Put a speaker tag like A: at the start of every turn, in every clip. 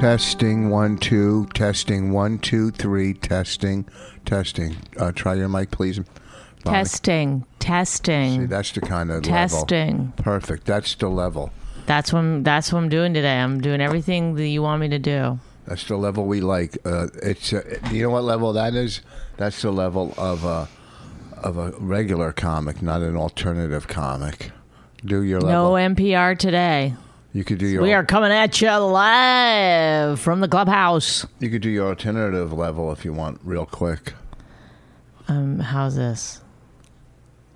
A: Testing one two, testing one two three, testing, testing. Uh, try your mic, please. Bonnie.
B: Testing,
A: See,
B: testing.
A: that's the kind of
B: Testing.
A: level. Perfect. That's the level.
B: That's what I'm, that's what I'm doing today. I'm doing everything that you want me to do.
A: That's the level we like. Uh, it's uh, you know what level that is. That's the level of a of a regular comic, not an alternative comic. Do your
B: No
A: level.
B: NPR today.
A: you could do your.
B: We are coming at you live from the clubhouse.
A: You could do your alternative level if you want, real quick.
B: Um, how's this?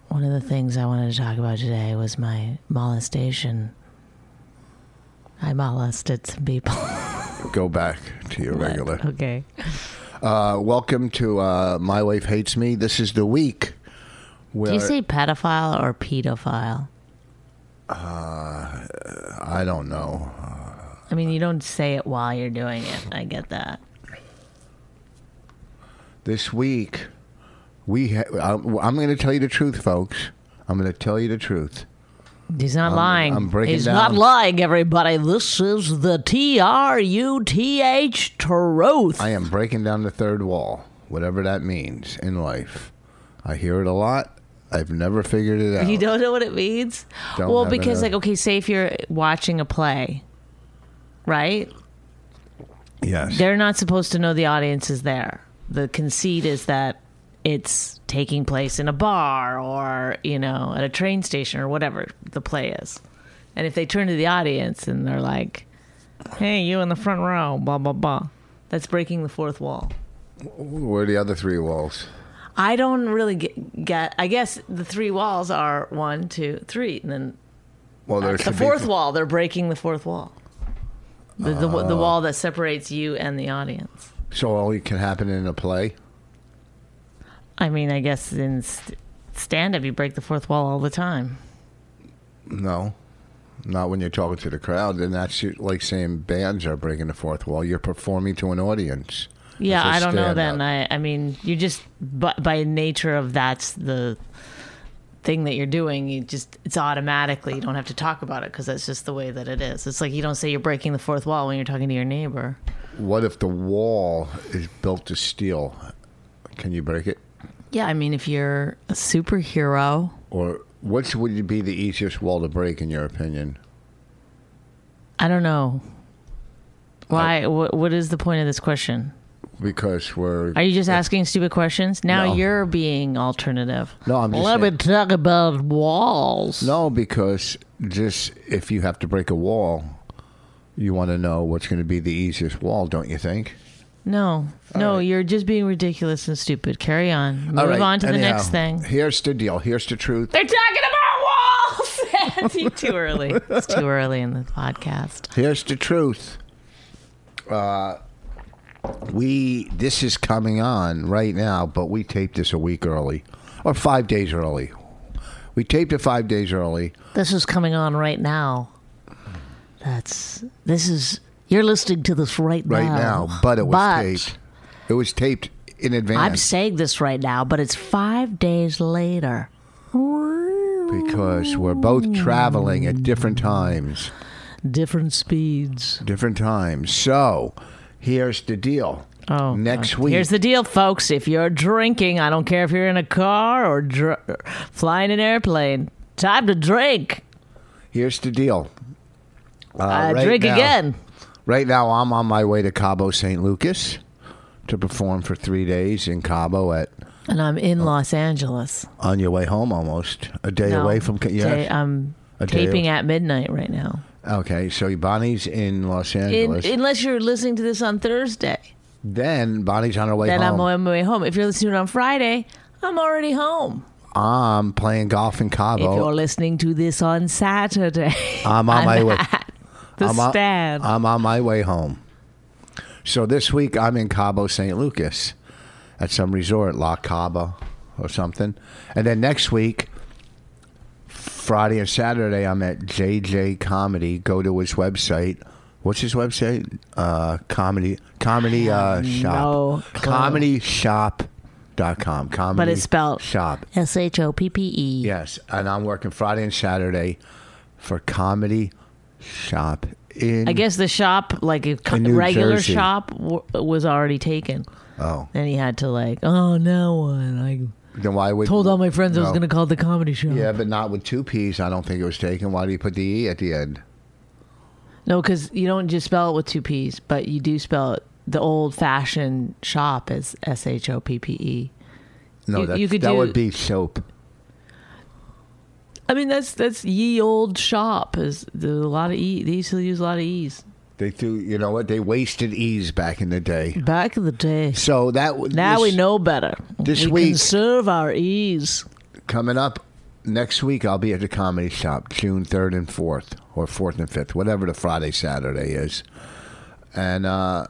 B: One of the things I wanted to talk about today was my molestation. I molested some people.
A: Go back to your regular.
B: okay.
A: Uh, welcome to uh, My Wife Hates Me. This is the week where
B: Do you say pedophile or pedophile?
A: I don't know.
B: I mean, you don't say it while you're doing it. I get that.
A: This week we ha- I'm, I'm going to tell you the truth, folks. I'm going to tell you the truth.
B: He's not lying.
A: I'm breaking
B: He's
A: down.
B: not lying, everybody. This is the T R U T H truth.
A: I am breaking down the third wall, whatever that means in life. I hear it a lot. I've never figured it out.
B: you don't know what it means?
A: Don't
B: well,
A: have
B: because,
A: enough.
B: like, okay, say if you're watching a play, right?
A: Yes.
B: They're not supposed to know the audience is there. The conceit is that it's taking place in a bar or, you know, at a train station or whatever the play is. And if they turn to the audience and they're like, hey, you in the front row, blah, blah, blah, that's breaking the fourth wall.
A: Where are the other three walls?
B: I don't really get, get. I guess the three walls are one, two, three, and then
A: Well, there's
B: Uh, the fourth wall. They're breaking the fourth wall, the, the the
A: Oh.
B: wall that separates you and the audience.
A: So all can happen in a play.
B: I mean, I guess in st- stand up, you break the fourth wall all the time.
A: No, not when you're talking to the crowd. Then that's you- like saying bands are breaking the fourth wall. You're performing to an audience.
B: Yeah,
A: That's
B: I
A: a
B: don't know. Then
A: stand-up.
B: I, I mean, you just but by nature of that's the thing that you're doing. You just it's automatically. You don't have to talk about it because that's just the way that it is. It's like you don't say you're breaking the fourth wall when you're talking to your neighbor.
A: What if the wall is built of steel? Can you break it?
B: Yeah, I mean, if you're a superhero,
A: Or which would be the easiest wall to break, in your opinion?
B: I don't know. Why? wh- what is the point of this question?
A: Because we're
B: Are you just asking stupid questions? Now
A: No.
B: you're being alternative.
A: No, I'm just
B: Let
A: saying-
B: me talk about walls.
A: no, because just if you have to break a wall, you want to know what's going to be the easiest wall, don't you think?
B: no, no. You're just being ridiculous and stupid. Carry on. Move
A: All right,
B: on to the
A: anyhow,
B: next thing.
A: Here's the deal. Here's the truth.
B: They're talking about walls. it's too early. It's too early in the podcast.
A: Here's the truth. Uh, we this is coming on right now, but we taped this a week early, or five days early. We taped it five days early.
B: This is coming on right now. That's this is. You're listening to this right now.
A: right now, but it was
B: But-
A: taped. It was taped in
B: I'm
A: advance
B: saying this right now, but it's five days later.
A: because we're both traveling at different times.
B: Different speeds.
A: Different times. So here's the deal.
B: Oh,
A: next
B: God.
A: week.
B: Here's the deal, folks. If you're drinking, I don't care if you're in a car or dr- flying an airplane. Time to drink.
A: here's the deal. Uh,
B: Uh,
A: right
B: drink
A: now-
B: again.
A: Right now, I'm on my way to Cabo St. Lucas to perform for three days in Cabo at. Oh.
B: And I'm in Los Angeles.
A: On your way home, almost a day
B: No.
A: away from. Yes,
B: Day- uh, I'm
A: A day-
B: taping at midnight right now.
A: Okay, so Bonnie's in Los
B: In,
A: Angeles.
B: unless you're listening to this on Thursday,
A: then Bonnie's on her way
B: then I'm
A: home.
B: on my way home. If you're listening on Friday, I'm already home.
A: I'm playing golf in
B: If you're
A: Cabo.
B: listening to this on Saturday,
A: I'm on my way.
B: at the
A: I'm on,
B: stand.
A: I'm on my way home. So this week I'm in Cabo St. Lucas at some resort, La Caba or something. And then next week, Friday and Saturday, I'm at JJ Comedy. Go to his website. What's his website? Uh, comedy comedy uh,
B: no
A: shop.
B: clue.
A: Comedy shop dot com. Comedy
B: but it's spelled
A: shop.
B: S H O P P E.
A: Yes, and I'm working Friday and Saturday for comedy shop in
B: I guess the shop, like a co-
A: In New
B: regular
A: Jersey.
B: shop, w- was already taken.
A: Oh,
B: And he had to like, oh, now what? I
A: then why would
B: told all my friends I was
A: No.
B: going to call the comedy shop.
A: Yeah, but not with two P's. I don't think it was taken. Why do you put the E at the end?
B: No, because you don't just spell it with two P's, but you do spell it the old fashioned shop as S H O P P E.
A: No,
B: You-
A: that's,
B: you could
A: that
B: do-
A: would be soap.
B: I mean, that's that's ye old shop. Is there's a lot of E. They used to use a lot of E's
A: They threw, you know what? They wasted E's back in the day.
B: back in the day.
A: So that w-
B: Now
A: this-
B: we know better.
A: this
B: we
A: week-
B: conserve our E's.
A: coming up next week. I'll be at the comedy shop June third and fourth, or fourth and fifth, whatever the Friday Saturday is. And uh,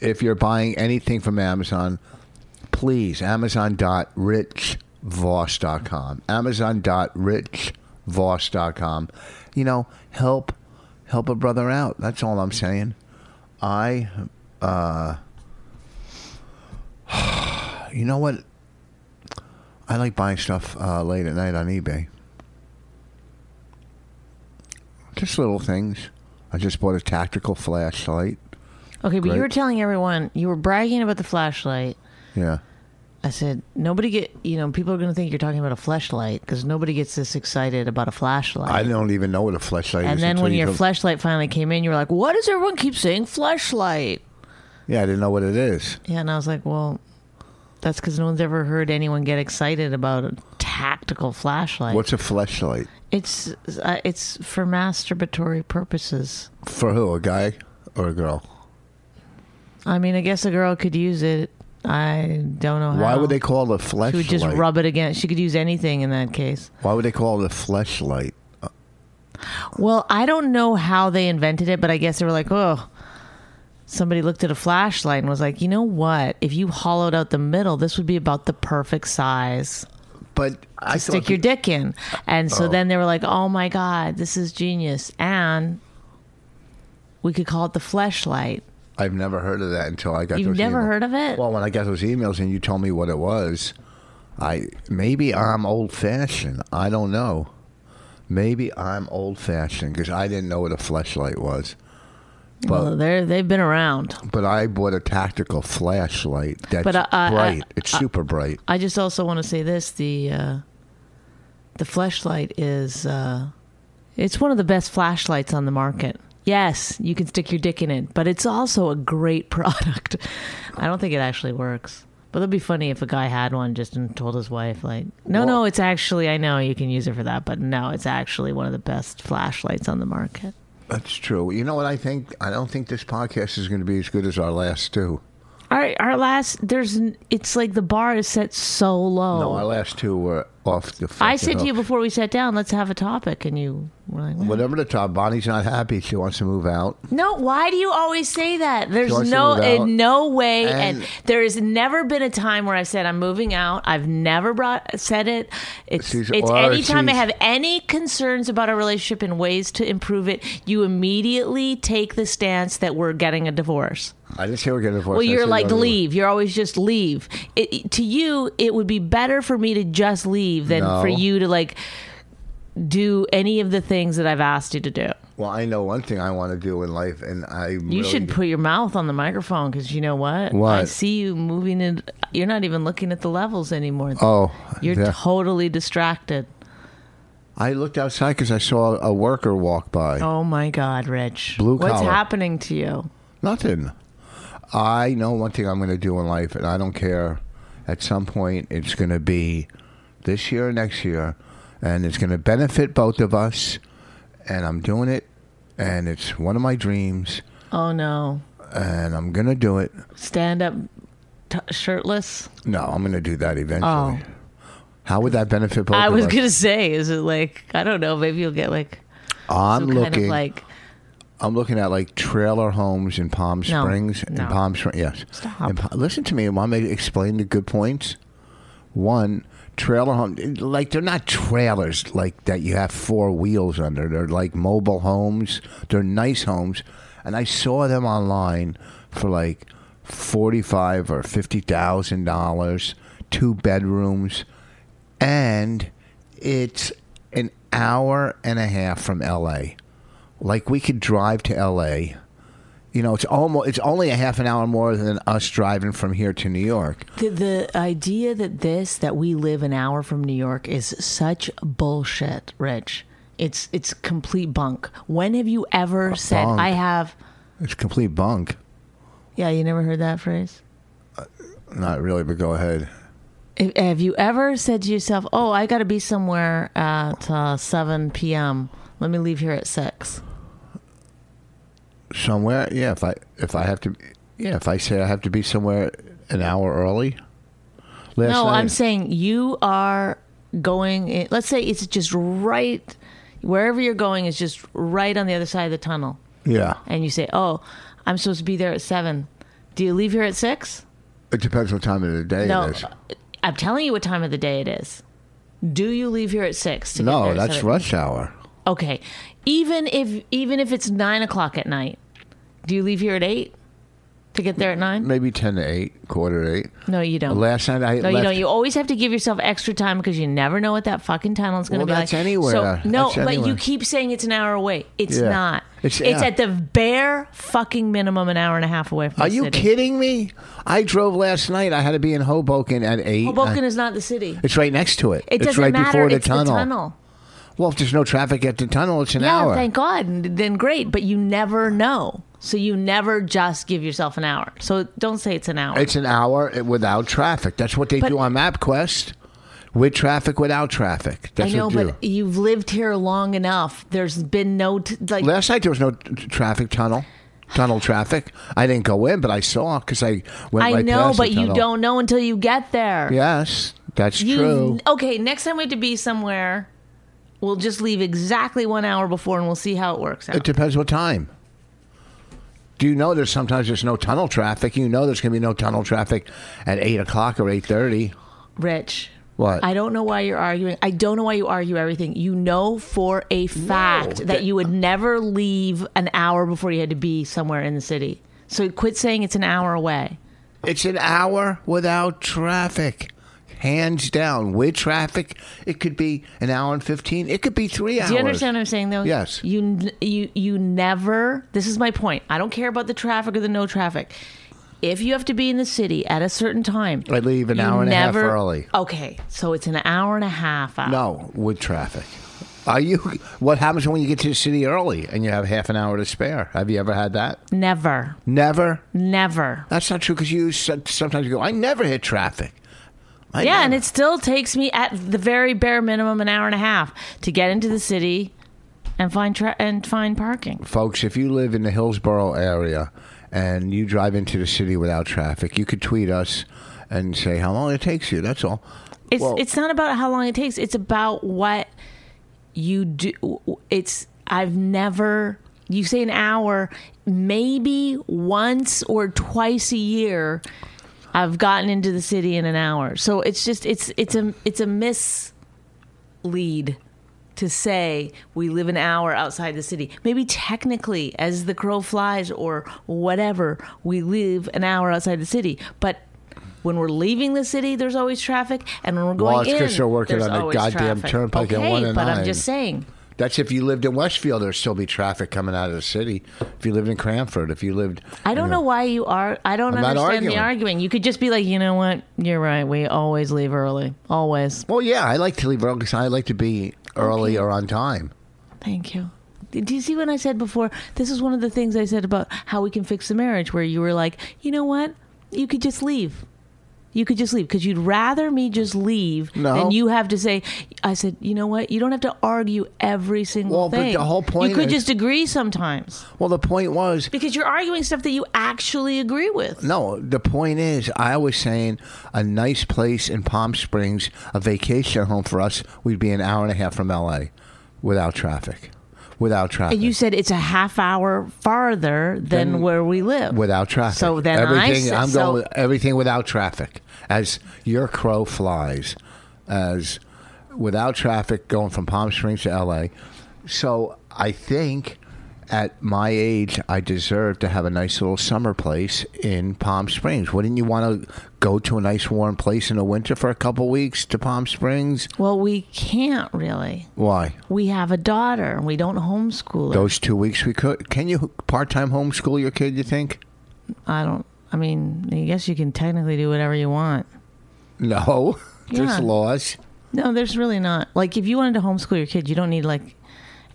A: if you're buying anything from Amazon, please Amazon.richvoss.com. Amazon.richvoss.com. You know, help help a brother out. That's all I'm saying. I, uh, you know what? I like buying stuff uh, late at night on eBay. Just little things. I just bought a tactical flashlight.
B: Okay, but
A: Great.
B: you were telling everyone you were bragging about the flashlight.
A: Yeah.
B: I said nobody get you know people are going to think you're talking about a flashlight because nobody gets this excited about a flashlight.
A: I don't even know what a flashlight is.
B: and then
A: until
B: when
A: you
B: your
A: go-
B: flashlight finally came in, you were like, "Why does everyone keep saying flashlight?"
A: Yeah, I didn't know what it is.
B: Yeah, and I was like, "Well, that's because no one's ever heard anyone get excited about a tactical flashlight.
A: What's a flashlight?
B: It's uh, it's for masturbatory purposes.
A: For who? A guy or a girl?
B: I mean, I guess a girl could use it. I don't know how.
A: Why would they call it a flashlight?
B: She would just rub it against. She could use anything in that case.
A: Why would they call it a flashlight?
B: Well, I don't know how they invented it, but I guess they were like, oh, somebody looked at a flashlight and was like, you know what? If you hollowed out the middle, this would be about the perfect size
A: But I
B: to stick
A: thought
B: your
A: that-
B: dick in. And so
A: Oh.
B: then they were like, oh my God, this is genius. And we could call it the fleshlight.
A: I've never heard of that until I got.
B: You've
A: those
B: never
A: emails.
B: heard of it?
A: Well, when I got those emails and you told me what it was, I maybe I'm old fashioned. I don't know. Maybe I'm old fashioned because I didn't know what a flashlight was.
B: well, they're, they've been around.
A: But I bought a tactical flashlight that's
B: But uh, I- I-
A: bright.
B: I-
A: it's super bright.
B: I just also want to say this: the uh, the flashlight is uh, it's one of the best flashlights on the market. Yes, you can stick your dick in it, but it's also a great product. I don't think it actually works. But it'd be funny if a guy had one just and told his wife, like, no, no,
A: Well-
B: it's actually, I know you can use it for that, but no, it's actually one of the best flashlights on the market.
A: That's true. You know what I think? I don't think this podcast is going to be as good as our last two.
B: Our, our last, there's, n- it's like the bar is set so low.
A: No, our last two were off the.
B: I
A: fucking
B: said to you
A: hook.
B: before we sat down, let's have a topic, and you were like, "What?"
A: Whatever the top, Bonnie's not happy. She wants to move out.
B: No, why do you always say that? There's
A: Joyce
B: no
A: moved out.
B: in no way and,
A: And-
B: there has never been a time where I said I'm moving out. I've never brought said it. It's
A: She's-
B: it's
A: or
B: anytime I
A: she's-
B: have any concerns about a relationship and ways to improve it, you immediately take the stance that we're getting a divorce.
A: I didn't say we're getting a divorce.
B: Well,
A: I
B: you're
A: said
B: like
A: we're gonna-
B: leave. You're always just leave. It, it- to you, it would be better for me to just leave than for
A: No.
B: you to like do any of the things that I've asked you to do.
A: Well, I know one thing I want to do in life, and I
B: You should put your mouth on the microphone because you know what?
A: What?
B: I see you moving in. You're not even looking at the levels anymore.
A: Oh,
B: You're
A: yeah.
B: totally distracted.
A: I looked outside because I saw a worker walk by.
B: Oh my God, Rich.
A: Blue
B: What's
A: collar.
B: happening to you?
A: Nothing. I know one thing I'm going to do in life, and I don't care. At some point, it's going to be this year or next year, and it's going to benefit both of us. And I'm doing it, and it's one of my dreams,
B: Oh no.
A: and I'm going to do it.
B: Stand up t- shirtless.
A: No, I'm going to do that
B: Oh.
A: eventually. How would that benefit both
B: I
A: of
B: was
A: us?
B: going to say is it like I don't know, maybe you'll get like
A: I'm
B: some
A: looking.
B: kind of like
A: I'm looking at like trailer homes in Palm
B: No,
A: Springs. and
B: no.
A: Palm Springs, yes.
B: Stop.
A: In Pa- listen to me. Want me to explain the good points? One, trailer home, like they're not trailers like that. You have four wheels under. They're like mobile homes. They're nice homes, and I saw them online for like forty-five or fifty thousand dollars, two bedrooms, and it's an hour and a half from L.A. Like we could drive to L.A. You know, it's almost it's only a half an hour more than us driving from here to New York.
B: The, the idea that this that we live an hour from New York is such bullshit, Rich. It's it's complete bunk. When have you ever said
A: bunk.
B: I have?
A: It's complete bunk.
B: Yeah, you never heard that phrase.
A: Not really, but go ahead.
B: If- Have you ever said to yourself, "Oh, I got to be somewhere at uh, seven p.m. Let me leave here at 6.
A: Somewhere, yeah. If I if I have to, yeah. If I say I have to be somewhere an hour early. Last
B: No,
A: night,
B: I'm saying you are going. In, let's say it's just right wherever you're going is just right on the other side of the tunnel.
A: Yeah,
B: and you say, "Oh, I'm supposed to be there at 7. Do you leave here at 6?
A: it depends what time of the day
B: No. uh,
A: it is.
B: I'm telling you what time of the day it is. Do you leave here at 6? To get there
A: No,
B: at
A: that's
B: 7?
A: rush hour.
B: Okay. Even if even if it's 9 o'clock at night, do you leave here at 8 to get there at 9?
A: Maybe ten to eight, quarter to eight.
B: No, you don't.
A: Last night I
B: Oh. no,
A: left
B: you don't. You always have to give yourself extra time because you never know what that fucking tunnel is going to
A: Well,
B: be
A: that's
B: like.
A: anywhere.
B: So, no,
A: That's
B: but
A: anywhere.
B: you keep saying it's an hour away. It's
A: Yeah.
B: not.
A: It's-
B: It's,
A: yeah.
B: at the bare fucking minimum an hour and a half away from.
A: Are
B: the
A: you
B: city.
A: kidding me? I drove last night. I had to be in Hoboken at eight.
B: Hoboken
A: I-
B: is not the city.
A: it's right next to it.
B: It
A: uh, it's
B: doesn't
A: right
B: matter.
A: before the
B: it's
A: tunnel.
B: the tunnel.
A: Well, if there's no traffic at the tunnel, it's an
B: Yeah,
A: hour.
B: thank God. And Then great, but you never know. So you never just give yourself an hour. So don't say it's an hour.
A: It's an hour without traffic. That's what they
B: But-
A: do on MapQuest. With traffic, without traffic.
B: I
A: That's
B: know,
A: what they do.
B: but you've lived here long enough. There's been no t- like.
A: Last night there was no t- t- traffic tunnel, tunnel traffic. I didn't go in, but I saw because I went.
B: I
A: right
B: know,
A: past the
B: but you
A: tunnel.
B: don't know until you get there.
A: Yes, that's
B: You-
A: true.
B: Okay, next time we have to be somewhere, we'll just leave exactly one hour before, and we'll see how it works out.
A: It depends what time. Do you know there's sometimes there's no tunnel traffic? You know there's going to be no tunnel traffic at eight o'clock or eight thirty.
B: Rich.
A: What?
B: I don't know why you're arguing. I don't know why you argue everything. You know for a fact that,
A: that-
B: you would never leave an hour before you had to be somewhere in the city. So quit saying it's an hour away.
A: It's an hour without traffic. Hands down, with traffic, it could be an hour and fifteen. It could be three hours.
B: Do you understand what I'm saying though?
A: Yes.
B: You n- you you never This is my point. I don't care about the traffic or the no traffic. If you have to be in the city at a certain time,
A: I leave an
B: you
A: hour and a half
B: never-
A: early.
B: Okay, so it's an hour and a half out.
A: No, with traffic. Are you? What happens when you get to the city early and you have half an hour to spare? Have you ever had that?
B: Never.
A: Never.
B: Never.
A: That's not true because you s- sometimes you go. I never hit traffic. I
B: Yeah,
A: never.
B: and it still takes me at the very bare minimum an hour and a half to get into the city and find tra- and find parking.
A: folks, if you live in the Hillsborough area and you drive into the city without traffic, you could tweet us and say how long it takes you. That's all.
B: It's
A: Well-
B: it's not about how long it takes. It's about what you do. It's I've never you say an hour, maybe once or twice a year. I've gotten into the city in an hour, so it's just it's it's a it's a mislead to say we live an hour outside the city. Maybe technically, as the crow flies or whatever, we live an hour outside the city, but. When we're leaving the city, there's always traffic, and when we're going
A: Well, it's 'cause
B: in,
A: you're working
B: there's
A: on the
B: always
A: goddamn
B: traffic.
A: turnpike at
B: Okay,
A: one and
B: but
A: nine.
B: I'm just saying.
A: That's if you lived in Westfield, there'd still be traffic coming out of the city. If you lived in Cranford, if you lived,
B: I don't know why you are. I don't
A: I'm not
B: understand
A: arguing.
B: the arguing. You could just be like, you know what? You're right. We always leave early. Always.
A: Well, yeah, I like to leave early 'cause I like to be early or on time.
B: Thank you. Do you see what I said before? This is one of the things I said about how we can fix the marriage, where you were like, you know what? You could just leave. you could just leave because you'd rather me just leave
A: No.
B: than you have to say. I said, you know what? You don't have to argue every single
A: Well, but
B: thing.
A: the whole point
B: you could
A: is-
B: just agree sometimes
A: Well, the point was
B: because you're arguing stuff that you actually agree with.
A: no. The point is, I was saying a nice place in Palm Springs, a vacation home for us, we'd be an hour and a half from L.A. without traffic, without traffic.
B: And you said it's a half hour farther than
A: Then-
B: where we live.
A: without traffic.
B: So then I
A: everything
B: said,
A: am
B: so-
A: going with everything without traffic. As your crow flies, as without traffic going from Palm Springs to L.A. So I think at my age, I deserve to have a nice little summer place in Palm Springs. Wouldn't you want to go to a nice warm place in the winter for a couple weeks to Palm Springs?
B: Well, we can't really.
A: Why?
B: We have a daughter and we don't homeschool her.
A: Those two weeks we could. Can you part time homeschool your kid? You think?
B: I don't. I mean, I guess you can technically do whatever you want.
A: No, there's
B: Yeah.
A: laws.
B: No, there's really not. Like, if you wanted to homeschool your kid, you don't need like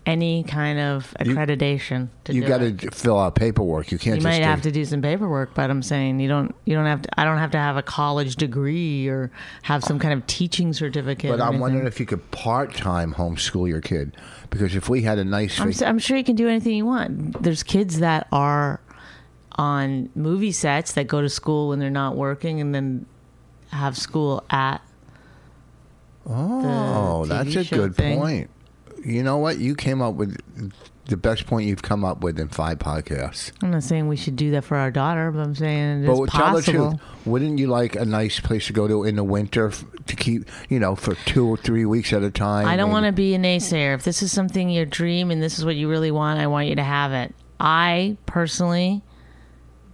B: any kind of accreditation to
A: you
B: do
A: got
B: it.
A: to fill out paperwork. You can't
B: You
A: just
B: might
A: do-
B: have to do some paperwork, but I'm saying you don't. You don't have to. I don't have to have a college degree or have some kind of teaching certificate.
A: But
B: or
A: I'm wondering
B: anything.
A: if you could part time homeschool your kid because if we had a nice,
B: I'm,
A: vac-
B: s- I'm sure you can do anything you want. There's kids that are on movie sets that go to school when they're not working and then have school at.
A: oh, that's
B: TV
A: a
B: show
A: good
B: thing.
A: point. You know what? You came up with the best point you've come up with in five podcasts.
B: I'm not saying we should do that for our daughter, but I'm saying it's
A: but tell the
B: possible.
A: truth, wouldn't you like a nice place to go to in the winter f- to keep, you know, for two or three weeks at a time?
B: I don't
A: maybe?
B: want to be a naysayer. If this is something your dream and this is what you really want, I want you to have it. I personally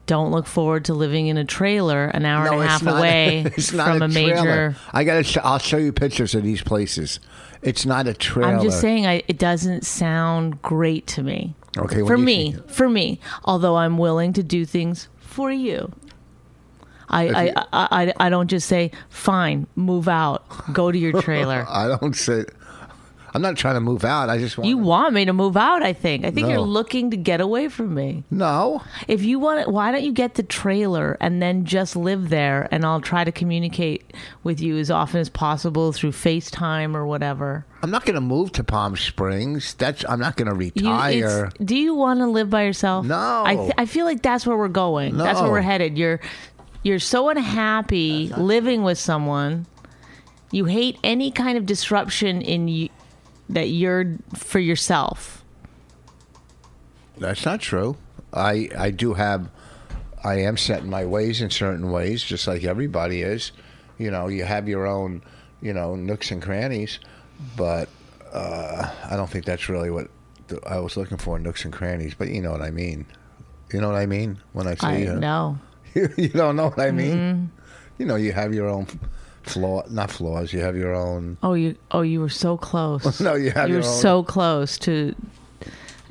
B: don't look forward to living in a trailer an hour
A: No,
B: and a
A: it's
B: half
A: not-
B: away
A: it's not
B: from a,
A: trailer.
B: major.
A: I gotta. Sh- I'll show you pictures of these places. It's not a trailer.
B: I'm just saying I, it doesn't sound great to me.
A: Okay, when
B: for
A: you
B: me,
A: see-
B: for me. Although I'm willing to do things for you. I, I,
A: you-
B: I, I, I don't just say, fine, move out, go to your trailer.
A: I don't say. I'm not trying to move out. I just want.
B: you want me to move out, I think. I think
A: No.
B: you're looking to get away from me.
A: no.
B: If you want it, why don't you get the trailer and then just live there? And I'll try to communicate with you as often as possible through FaceTime or whatever.
A: I'm not going to move to Palm Springs. That's I'm not going to
B: You, it's-
A: retire.
B: do you want to live by yourself?
A: No.
B: I, th- I feel like that's where we're going. That's where
A: No.
B: we're headed. You're you're so unhappy living with someone. You hate any kind of disruption in you that you're for yourself.
A: That's not true. I I do have I am set in my ways in certain ways just like everybody is. You know, you have your own, you know, nooks and crannies, but uh, I don't think that's really what th- I was looking for nooks and crannies, but you know what I mean. You know what I mean when I say
B: I
A: you
B: know.
A: you don't know what I mean.
B: Mm-hmm.
A: You know, you have your own flaw, not flaws. You have your own
B: Oh, you oh you were so close.
A: No, you have
B: you were
A: your own-
B: so close to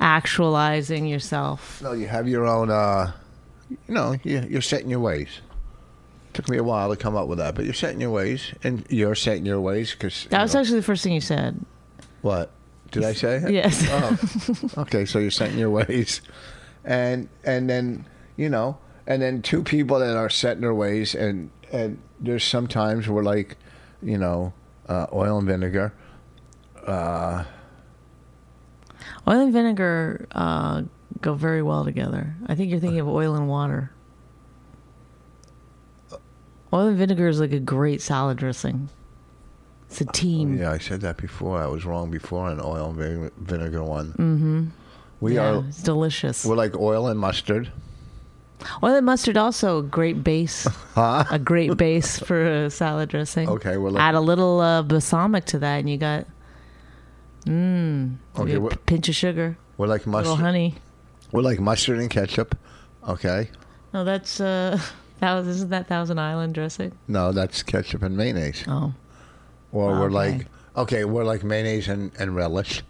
B: actualizing yourself.
A: No, you have your own. Uh, you know, you, you're setting your ways. Took me a while to come up with that, but you're setting your ways, and you're setting your ways because
B: That was actually the first thing you said.
A: what did I say?
B: Yes.
A: Oh. okay, so you're setting your ways, and and then you know, and then two people that are setting their ways, and and there's sometimes we're like, you know, uh, oil and vinegar.
B: Oil and vinegar uh, go very well together. I think you're thinking of oil and water.
A: Uh,
B: Oil and vinegar is like a great salad dressing. It's a team.
A: Oh, Yeah, I said that before. I was wrong before on oil and vin- vinegar one. Mm-hmm. We
B: Yeah,
A: are.
B: it's delicious.
A: We're like oil and mustard.
B: Oil and mustard also a great base. A great base for a salad dressing.
A: Okay, well,
B: add a little uh, balsamic to that, and you got mmm,
A: Okay,
B: a
A: we're,
B: pinch of sugar,
A: we're like
B: a little
A: mustard.
B: honey.
A: We're like mustard and ketchup. Okay.
B: No, that's uh, that was isn't that Thousand Island dressing?
A: No, that's ketchup and mayonnaise.
B: Oh,
A: Or we're
B: okay.
A: like okay, we're like mayonnaise and, and relish.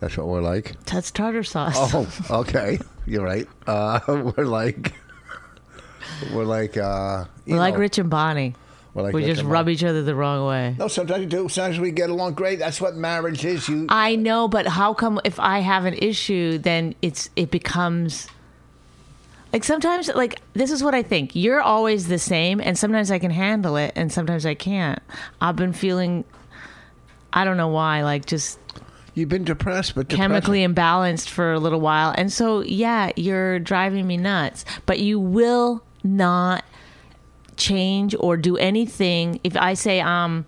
A: That's what we're like.
B: that's tartar sauce.
A: Oh, okay. You're right. Uh, we're like we're like uh you
B: We're like
A: know,
B: Rich and Bonnie.
A: we're like
B: we
A: Rick
B: just
A: and
B: rub
A: Morty.
B: each other the wrong way.
A: No, sometimes you do. Sometimes we get along great. That's what marriage is. You
B: I know, but how come if I have an issue, then it's it becomes Like sometimes, like this is what I think. You're always the same, and sometimes I can handle it, and sometimes I can't. I've been feeling, I don't know why, like just
A: You've been depressed, but depressed.
B: chemically imbalanced for a little while. And so, yeah, you're driving me nuts, but you will not change or do anything. If I say, um,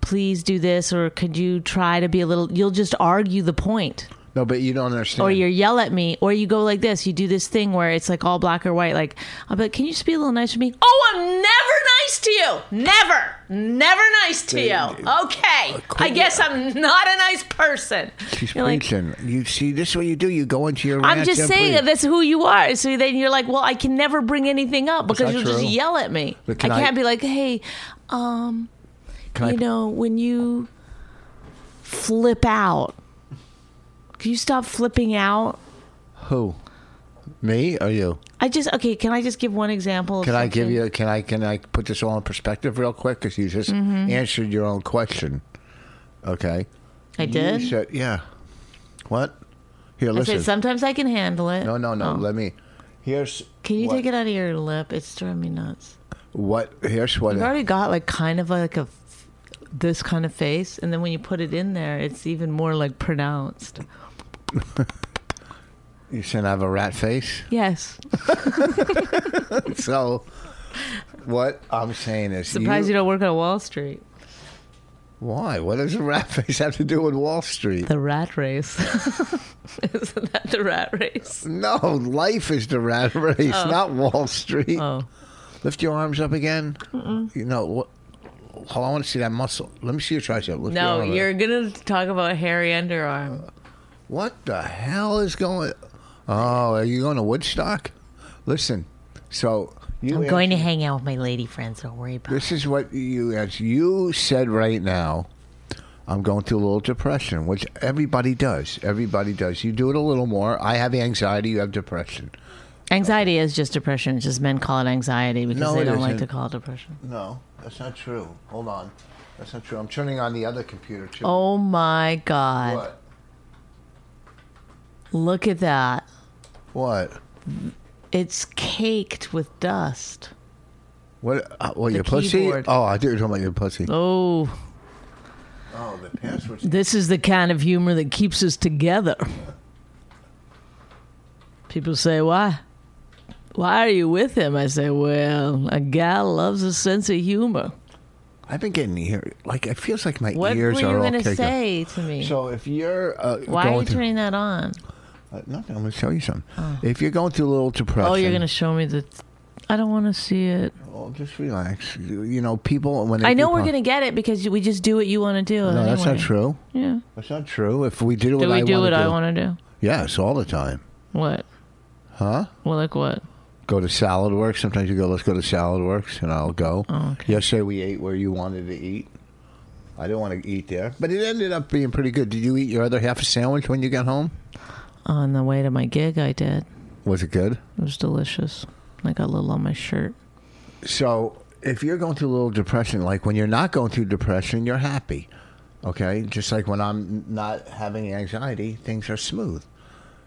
B: please do this, or could you try to be a little, you'll just argue the point.
A: No, but you don't understand.
B: Or you yell at me, or you go like this. You do this thing where it's like all black or white. Like, I'll be like, can you just be a little nice to me? Oh, I'm never nice to you. Never, never nice to you. Okay. I guess I'm not a nice person.
A: She's
B: You're like,
A: preaching. you see, this is what you do. You go into your.
B: I'm
A: rants
B: just
A: and
B: saying
A: preach.
B: that that's who you are. So then you're like, well, I can never bring anything up because
A: that
B: you'll just
A: true?
B: yell at me. I
A: But can I-
B: can't be like, hey, um,
A: Can I-
B: you know, when you flip out, can you stop flipping out?
A: Who? Me or you?
B: I just okay. Can I just give one example? of
A: Can I give
B: something?
A: you? Can I? Can I put this all in perspective real quick? Because you just
B: Mm-hmm.
A: answered your own question. Okay.
B: I did.
A: You said, yeah. What? Here,
B: I
A: listen.
B: said sometimes I can handle it.
A: no, no, no.
B: Oh.
A: Let me. Here's.
B: Can you
A: what,
B: take it out of your lip? It's driving me nuts.
A: What? Here's what.
B: You've already got like kind of like a f- this kind of face, and then when you put it in there, it's even more like pronounced.
A: you said I have a rat face.
B: Yes.
A: so, what I'm saying is,
B: Surprised you, don't work on Wall Street.
A: Why? What does a rat face have to do with Wall Street?
B: The rat race. Isn't that the rat race?
A: No, life is the rat race, not Wall Street.
B: Oh.
A: Lift your arms up again. You know what? Hold on, I want to see that muscle. Let me see your tricep. Lift your
B: No,
A: arm up.
B: you're going to talk about hairy underarm.
A: What the hell is going? Oh, are you going to Woodstock? Listen, so you.
B: I'm going to hang out with my lady friends. Don't worry about it.
A: This is what you as you said right now. I'm going through a little depression, which everybody does. Everybody does. You do it a little more. I have anxiety. You have depression.
B: Anxiety is just depression. It's just men call it anxiety because
A: No,
B: they
A: it
B: don't like
A: isn't.
B: to call it depression.
A: No, that's not true. Hold on. That's not true. I'm turning on the other computer too.
B: Oh my God.
A: What?
B: Look at that.
A: What?
B: It's caked with dust.
A: What? Uh, what
B: The
A: your pussy?
B: keyboard.
A: Oh, I thought you were talking about your pussy.
B: Oh,
A: Oh, the password.
B: This is the kind of humor that keeps us together. People say, Why? Why are you with him? I say, Well, a guy loves a sense of humor.
A: I've been getting here. Like it feels like my
B: What
A: ears
B: were you
A: are all
B: going to
A: caked up.
B: say to me?
A: So if you're uh,
B: Why are
A: going
B: you turning that on?
A: through, uh, nothing, I'm going to tell you something. If you're going through a little depression,
B: Oh, you're going to show me the. I don't want to see it.
A: oh, just relax. You you know, people when they
B: I know
A: do
B: we're
A: pod-
B: going to get it because we just do what you want to do.
A: No, that's not true.
B: Yeah.
A: That's not true. If we did what
B: Do
A: I
B: we do
A: wanna
B: what
A: do,
B: I want to do?
A: Yes, all the time.
B: What?
A: Huh?
B: Well, like what?
A: go to Salad Works. Sometimes you go, let's go to Salad Works, and I'll go.
B: Oh, okay.
A: Yesterday we ate where you wanted to eat. I didn't want to eat there, but it ended up being pretty good. Did you eat your other half a sandwich when you got home?
B: On the way to my gig, I did.
A: Was it good?
B: It was delicious. I got a little on my shirt.
A: So, if you're going through a little depression, like when you're not going through depression, you're happy. Okay, just like when I'm not having anxiety, things are smooth.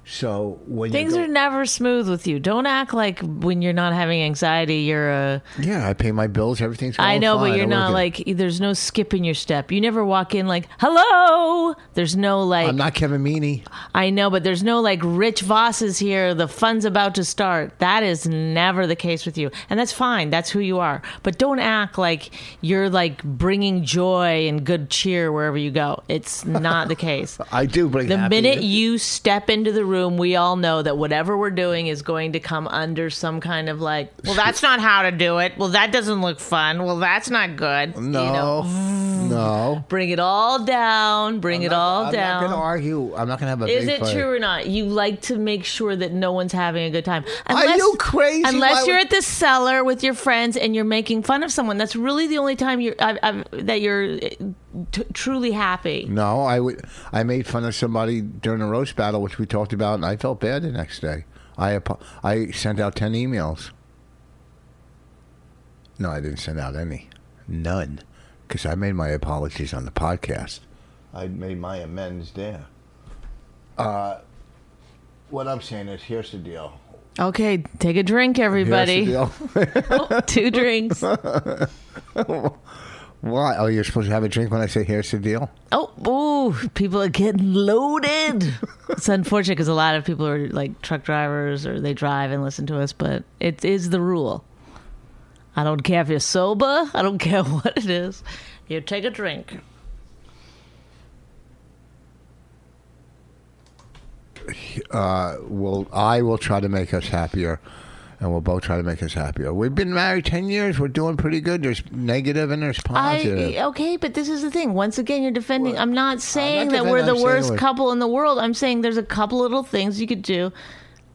A: So when
B: Things
A: you
B: are
A: go,
B: never smooth with you. Don't act like when you're not having anxiety, you're a.
A: yeah, I pay my bills, everything's. Going
B: I know,
A: fine,
B: but you're
A: I'm
B: not
A: working.
B: like. There's no skip in your step. You never walk in like, hello. There's no like.
A: I'm not Kevin Meaney.
B: I know, but there's no like Rich Voss is here. The fun's about to start. That is never the case with you, and that's fine. That's who you are. But don't act like you're like bringing joy and good cheer wherever you go. It's not the case.
A: I do bring
B: The
A: happiness.
B: minute you step into the room, we all know that whatever we're doing is going to come under some kind of like, well, that's not how to do it. Well, that doesn't look fun. Well, that's not good. You
A: no,
B: know,
A: no.
B: bring it all down. Bring it
A: not-
B: all
A: I'm
B: down.
A: not going to argue. I'm not going to have a.
B: is
A: big
B: it
A: fight.
B: true or not? You like to make sure that no one's having a good time.
A: you crazy?
B: Unless
A: Why
B: you're
A: would-
B: at the cellar with your friends and you're making fun of someone. That's really the only time you're I've, I've, that you're eh, t- truly happy.
A: No, I would. I made fun of somebody during a roast battle, which we talked about, and I felt bad the next day. I apo- I sent out ten emails. No, I didn't send out any, none, because I made my apologies on the podcast. I made my amends there. Uh, what I'm saying is, here's the deal:
B: Okay, take a drink, everybody.
A: Here's the deal.
B: Two drinks.
A: Why? Oh, you're supposed to have a drink when I say here's the deal.
B: Oh, ooh, people are getting loaded. It's unfortunate because a lot of people are like truck drivers or they drive and listen to us, but it is the rule. I don't care if you're sober. I don't care what it is. You take a drink.
A: Uh, Well, I will try to make us happier, and we'll both try to make us happier. We've been married ten years. We're doing pretty good. There's negative and there's positive.
B: I uh, okay, but this is the thing. Once again, you're defending. I'm not saying that
A: defending,
B: we're the
A: I'm saying
B: worst
A: we're-
B: couple in the world. I'm saying there's a couple little things you could do.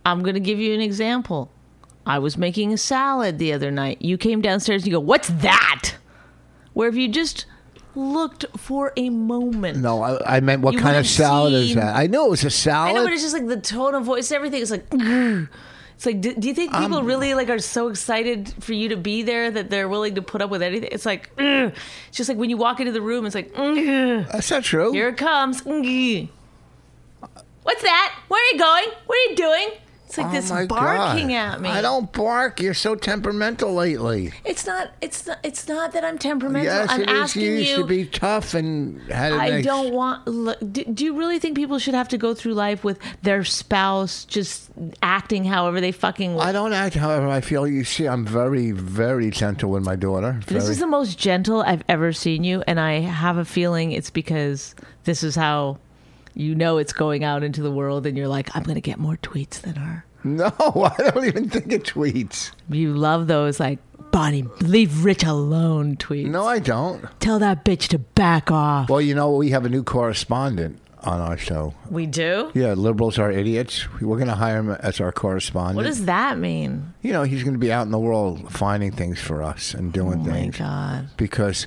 B: I'm going to give you an example. I was making a salad the other night. You came downstairs and you go, "What's that?" Where if you just looked for a moment.
A: no, I, I meant what
B: You
A: kind of
B: would've
A: salad is
B: seen-
A: that? I know it was a salad.
B: I know, but it's just like the tone of voice, everything. It's like, "Grr." it's like, do, do you think people
A: Um,
B: really like are so excited for you to be there that they're willing to put up with anything? It's like, "Grr." it's just like when you walk into the room, it's like, "Grr."
A: That's not true.
B: Here it comes. Mm-gee. What's that? Where are you going? What are you doing? It's like
A: Oh
B: this
A: my God.
B: barking at me.
A: I don't bark. You're so temperamental lately.
B: It's not. It's not. It's not that I'm temperamental.
A: yes,
B: I'm
A: it is.
B: asking
A: you used
B: you.
A: to be tough and had a
B: I
A: nice-
B: don't want. Look, do, do you really think people should have to go through life with their spouse just acting however they fucking?
A: I don't act however I feel. You see, I'm very, very gentle with my daughter.
B: This
A: Very-
B: is the most gentle I've ever seen you, and I have a feeling it's because this is how you know it's going out into the world, and you're like, I'm going to get more tweets than her.
A: no, I don't even think it tweets.
B: You love those like Bonnie, leave Rich alone tweets.
A: No, I don't.
B: Tell that bitch to back off.
A: Well, you know, we have a new correspondent on our show.
B: We do?
A: Yeah, liberals are idiots. We're going to hire him as our correspondent.
B: What does that mean?
A: you know, he's going to be out in the world finding things for us and doing
B: Oh my
A: things
B: god.
A: because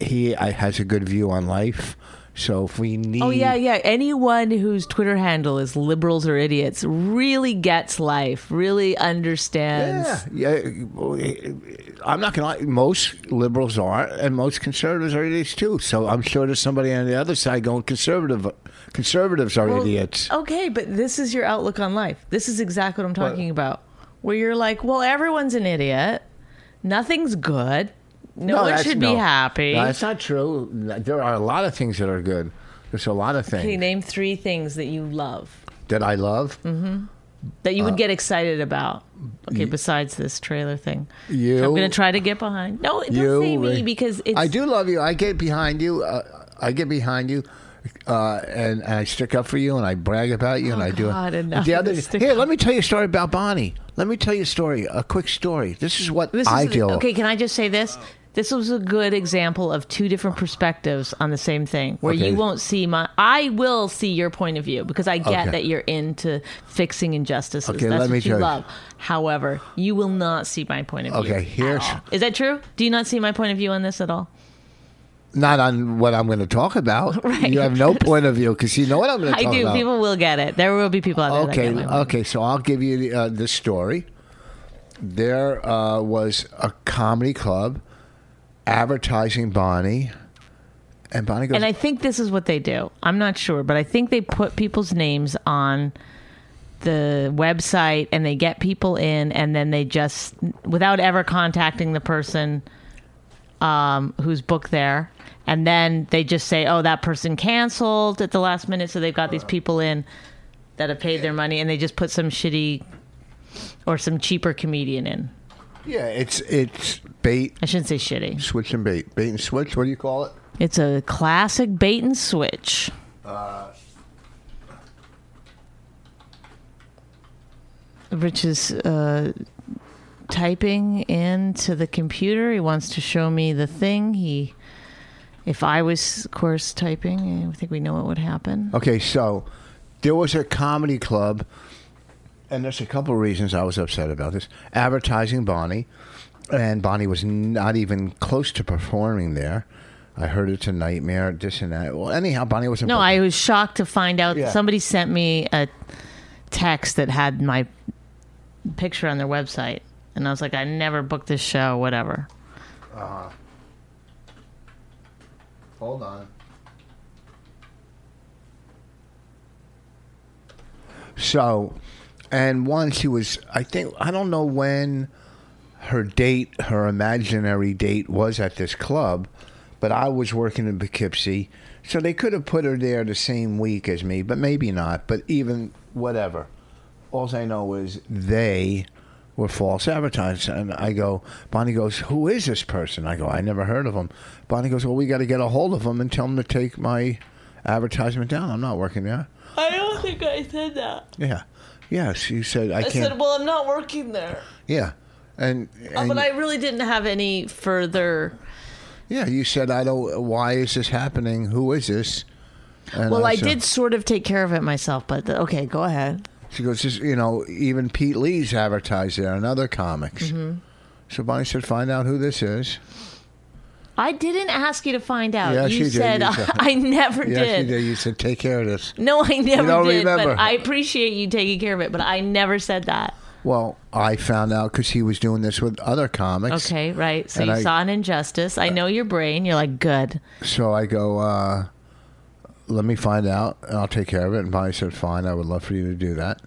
A: he I, has a good view on life. So if we need,
B: Oh yeah, yeah. Anyone whose Twitter handle is liberals or idiots really gets life, really understands.
A: Yeah, yeah. I'm not gonna. lie. Most liberals are, and most conservatives are idiots too. So I'm sure there's somebody on the other side going conservative. Conservatives are
B: Well,
A: idiots.
B: Okay, but this is your outlook on life. This is exactly what I'm talking about. Where you're like, well, everyone's an idiot. Nothing's good. No, one
A: that's-
B: should
A: no.
B: be happy.
A: No, that's not true. There are a lot of things that are good. There's a lot of things
B: okay, Mm-hmm. name three things that you love.
A: that I love.
B: that
A: Uh,
B: you would get excited about. Okay, besides this trailer thing,
A: You-
B: I'm gonna try to get behind. No, don't
A: You,
B: say me
A: Ray.
B: because it's.
A: I do love you. I get behind you. Uh, I get behind you. Uh, and, and I stick up for you, and I brag about you, and
B: Oh,
A: I do.
B: God,
A: it.
B: enough
A: the
B: of
A: other
B: the stick
A: here,
B: up.
A: let me tell you a story about Bonnie. Let me tell you a story, a quick story. This is what
B: This
A: I
B: is,
A: do.
B: Okay, can I just say this? This was a good example of two different perspectives on the same thing, where
A: Okay.
B: you won't see my. I will see your point of view because I get
A: Okay.
B: that you're into fixing injustices.
A: Okay,
B: That's
A: let me
B: what you
A: judge.
B: love. However, you will not see my point of view.
A: Okay,
B: at
A: here's-
B: all. is that true? Do you not see my point of view on this at all?
A: Not on what I'm going to talk about.
B: Right.
A: You have no point of view because you know what I'm going to
B: I
A: talk
B: do.
A: about.
B: People will get it. There will be people out there. that
A: Okay, uh,
B: get my point.
A: okay. So I'll give you the, uh, the story. There uh, was a comedy club advertising Bonnie, and Bonnie goes,
B: And I think this is what they do. I'm not sure, but I think they put people's names on the website and they get people in and then they just without ever contacting the person um, who's booked there and then they just say oh that person canceled at the last minute so they've got these people in that have paid their money and they just put some shitty or some cheaper comedian in
A: "Yeah, it's it's bait,
B: i shouldn't say shitty
A: switch and bait, bait and switch. What do you call it?
B: it's a classic bait and switch Rich is uh, typing into the computer. He wants to show me the thing. He, if I was, of course, typing, I think we know what would happen.
A: Okay, so there was a comedy club, and there's a couple reasons I was upset about this. Advertising Bonnie, and Bonnie was not even close to performing there. I heard it's a nightmare, this and that. Well, anyhow, Bonnie wasn't.
B: No, I was shocked to find out
A: Yeah.
B: somebody sent me a text that had my picture on their website, and I was like, I never booked this show, whatever.
A: Hold on. So and once she was i think i don't know when her date her imaginary date was at this club but i was working in poughkeepsie so they could have put her there the same week as me but maybe not but even whatever all i know is they were false advertising and i go bonnie goes who is this person i go i never heard of him bonnie goes well we got to get a hold of him and tell him to take my advertisement down i'm not working there
B: I don't think I said that.
A: yeah yes you said i,
B: I
A: can't
B: said, well, I'm not working there.
A: yeah and,
B: Uh,
A: and
B: but I really didn't have any further.
A: Yeah, you said I don't. Why is this happening? Who is this? And
B: Well, I
A: said-
B: did sort of take care of it myself, but the, okay, go ahead.
A: She goes, just you know, even Pete Lee's advertised there and other comics.
B: Mm-hmm.
A: So Bonnie said, find out who this is.
B: I didn't ask you to find out.
A: Yes,
B: you
A: you did,
B: said
A: you said.
B: I never
A: Yes,
B: did.
A: you did. You said, take care of this.
B: No, I never
A: don't
B: did.
A: remember.
B: But I appreciate you taking care of it. But I never said that.
A: Well, I found out because he was doing this with other comics.
B: Okay, right. So
A: And
B: you
A: I-
B: saw an injustice. I know your brain. You're like, good.
A: So I go, uh, let me find out. And I'll take care of it. And Bonnie said, fine. I would love for you to do that.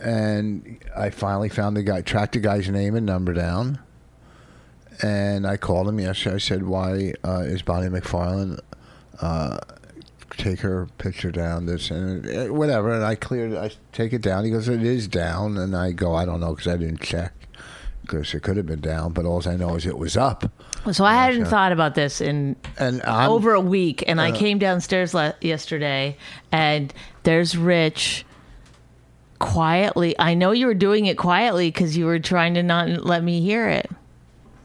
A: And I finally found the guy, tracked the guy's name and number down. And I called him yesterday. I said, why uh, is Bonnie McFarlane uh, take her picture down? This and uh, whatever. And I cleared. I take it down. He goes, it is down. And I go, I don't know because I didn't check. Because it could have been down, but all I know is it was up.
B: So I hadn't
A: sure.
B: thought about this in
A: And I'm,
B: over a week, and I came downstairs le- yesterday, and there's Rich quietly. I know you were doing it quietly because you were trying to not let me hear it.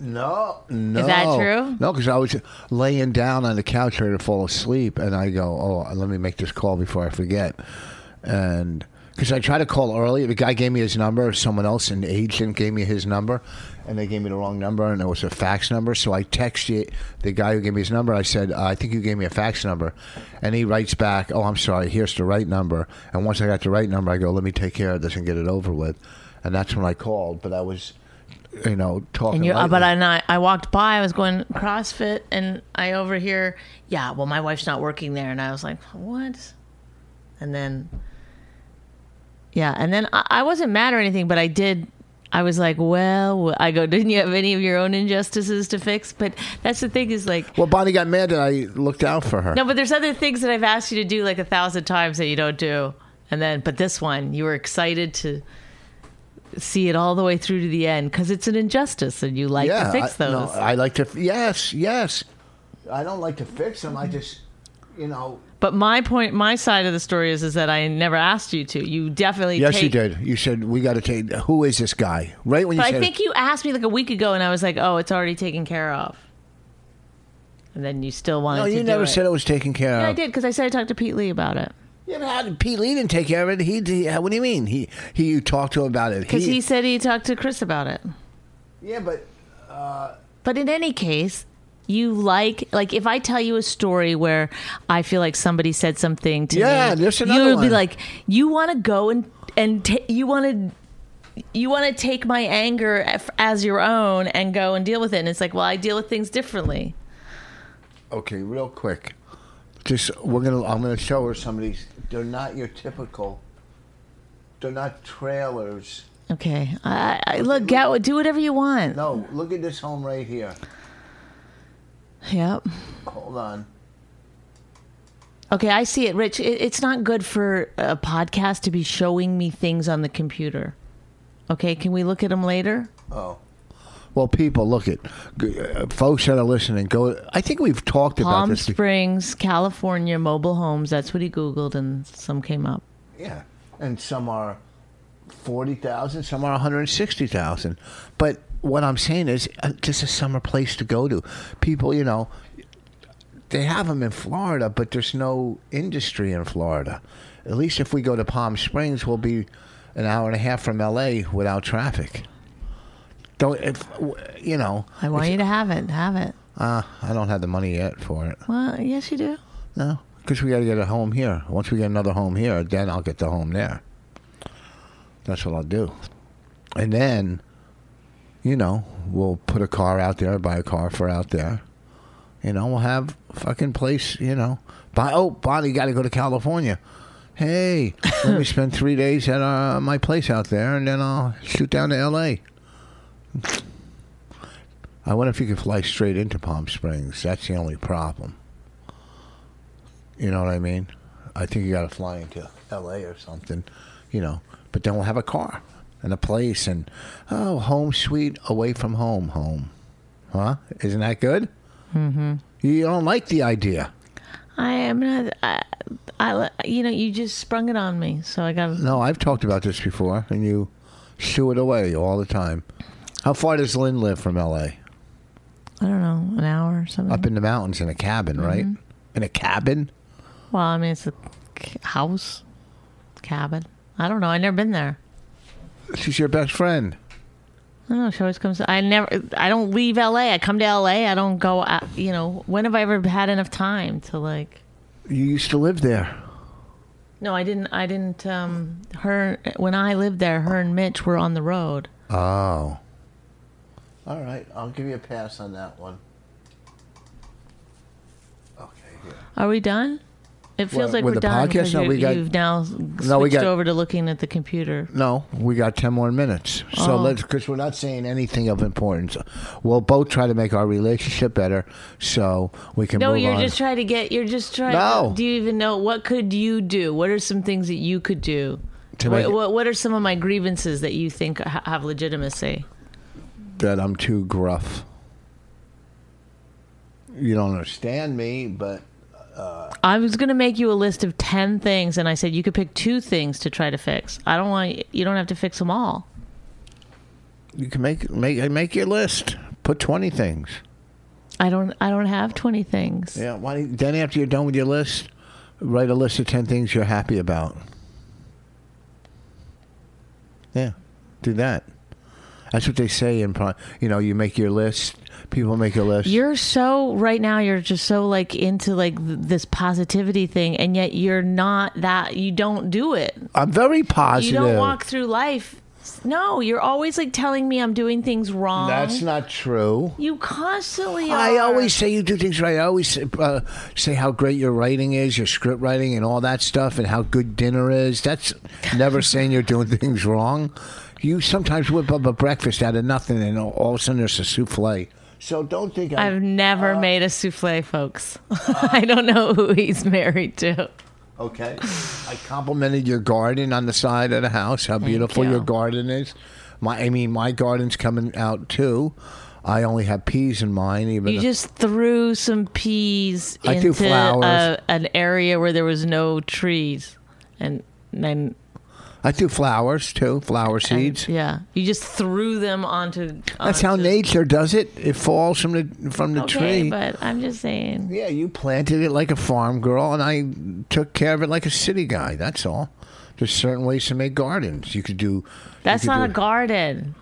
A: No, no.
B: that true?
A: No, because I was laying down on the couch ready to fall asleep, and I go, "Oh, let me make this call before I forget." And because I tried to call earlier, the guy gave me his number. Someone else, an agent, gave me his number, and they gave me the wrong number, and it was a fax number. So I texted the guy who gave me his number. I said, "I think you gave me a fax number," and he writes back, "Oh, I'm sorry. Here's the right number." And once I got the right number, I go, "Let me take care of this and get it over with." And that's when I called, but I was. You know, talking.
B: And you, uh,
A: lightly.
B: but I, and I, I walked by. I was going CrossFit, and I overhear, yeah. Well, my wife's not working there, and I was like, what? And then, yeah, and then I, I wasn't mad or anything, but I did. I was like, well, I go, didn't you have any of your own injustices to fix? But that's the thing is like,
A: Well, Bonnie got mad that I looked out for her.
B: no, but there's other things that I've asked you to do like a thousand times that you don't do, and then, but this one, you were excited to see it all the way through to the end because it's an injustice, and you like to fix
A: I,
B: those.
A: no, I like to. Yes, yes. I don't like to fix them. I just, you know.
B: But my point, my side of the story is, is that I never asked you to. You definitely
A: Yes,
B: take,
A: you did. You said we got to take. Who is this guy? Right when you
B: But I
A: said,
B: think you asked me like a week ago, and I was like, "Oh, it's already taken care of." And then you still wanted
A: no,
B: to
A: you
B: do
A: never
B: it.
A: said it was taken care
B: Yeah,
A: of.
B: I did because I said I talked to Pete Lee about it
A: Yeah, but how did Pete Lee didn't take care of it? He, he what do you mean? He, he, you talked to him about it.
B: because he, said he talked to Chris about it.
A: yeah, but
B: But in any case, you like like if I tell you a story where I feel like somebody said something to
A: Yeah,
B: me,
A: there's
B: you
A: another
B: would be
A: one.
B: like, you want to go and and ta you want to you want to take my anger af- as your own and go and deal with it. And it's like, well, I deal with things differently.
A: okay, real quick. Just we're gonna. I'm gonna show her some of these. They're not your typical. They're not trailers.
B: Okay, I, I, look, get what- do whatever you want.
A: No, look at this home right here.
B: Yep.
A: Hold on.
B: Okay, I see it, Rich. It, it's not good for a podcast to be showing me things on the computer. Okay, can we look at them later?
A: Well, people, look at uh, folks that are listening. Go. I think we've talked about
B: Palm
A: this. be-
B: Springs, California, mobile homes. That's what he Googled, and some came up.
A: Yeah, and some are forty thousand, some are one hundred sixty thousand. But what I'm saying is, uh, just a summer place to go to. People, you know, they have them in Florida, but there's no industry in Florida. At least if we go to Palm Springs, we'll be an hour and a half from L.A. without traffic. Don't if w- you know?
B: I want you to have it. Have it.
A: Uh, I don't have the money yet for it.
B: Well, yes, you do.
A: No, because we got to get a home here. Once we get another home here, then I'll get the home there. That's what I'll do. And then, you know, we'll put a car out there, buy a car for out there. You know, we'll have a fucking place, you know. Buy, oh, Bonnie got to go to California. hey, let me spend three days at uh, my place out there, and then I'll shoot down to L.A. I wonder if you could fly straight into Palm Springs. That's the only problem. You know what I mean? I think you got to fly into L.A. or something, you know. But then we'll have a car and a place and oh, home sweet away from home, home. Huh? Isn't that good? Mm-hmm. You don't like the idea.
B: I am not. I, I, you know, you just sprung it on me, so I got.
A: No, I've talked about this before, and you shoo it away all the time. How far does Lynn live from L.A.?
B: I don't know, an hour or something.
A: Up in the mountains in a cabin, right? In a cabin?
B: Well, I mean, it's a c- house, cabin. I don't know. I never been there.
A: She's your best friend.
B: I don't know. She always comes. I never. I don't leave L.A. I come to L.A. I don't go. out You know, when have I ever had enough time to like?
A: You used to live there.
B: No, I didn't. I didn't. Um, her when I lived there, her and Mitch were on the road.
A: Oh. All right, I'll give you a pass on that one. Okay. Here.
B: Are we done? It feels
A: Well,
B: like
A: with the
B: we're done
A: podcast?
B: because
A: No,
B: you-
A: we got-
B: you've now
A: No, we
B: switched
A: got-
B: over to looking at the computer.
A: No, we got ten more minutes. So
B: Oh.
A: let's, because we're not saying anything of importance. We'll both try to make our relationship better, so we can.
B: No,
A: move
B: you're
A: on.
B: just trying to get. You're just trying.
A: No.
B: Do you even know what could you do? What are some things that you could do?
A: To make
B: what,
A: it-
B: what, what are some of my grievances that you think ha- have legitimacy?
A: that I'm too gruff. You don't understand me, but
B: I was going to make you a list of ten things, and I said you could pick two things to try to fix. I don't want you don't have to fix them all.
A: you can make make make your list. Put twenty things.
B: I don't. I don't have twenty things.
A: Yeah. Why, don't you- then after you're done with your list, write a list of ten things you're happy about. Yeah, do that. That's what they say in pro. You know, you make your list. People make a list.
B: You're so right now. You're just so like into like th- this positivity thing, and yet you're not that. You don't do it.
A: I'm very positive.
B: you don't walk through life. No, you're always like telling me I'm doing things wrong.
A: That's not true.
B: you constantly. Are.
A: I always say you do things right. I always uh, say how great your writing is, your script writing, and all that stuff, and how good dinner is. That's never saying you're doing things wrong. You sometimes whip up a breakfast out of nothing, and all- all of a sudden there's a souffle. So don't think I.
B: I've never
A: Uh,
B: made a souffle, folks. I don't know who he's married to.
A: Okay. I complimented your garden on the side of the house. How beautiful
B: you.
A: your garden is. My, I mean, my garden's coming out too. I only have peas in mine. Even
B: You
A: if-
B: just threw some peas
A: I threw
B: into
A: flowers.
B: a, an area where there was no trees, and then
A: I do flowers too, flower
B: and-
A: seeds.
B: yeah, you just threw them onto.
A: That's how
B: onto-
A: nature does it. It falls from the from the
B: Okay,
A: tree.
B: but I'm just saying.
A: yeah, you planted it like a farm girl, and I took care of it like a city guy. That's all. There's certain ways to make gardens. You could do.
B: That's
A: you could
B: not
A: do-
B: a garden.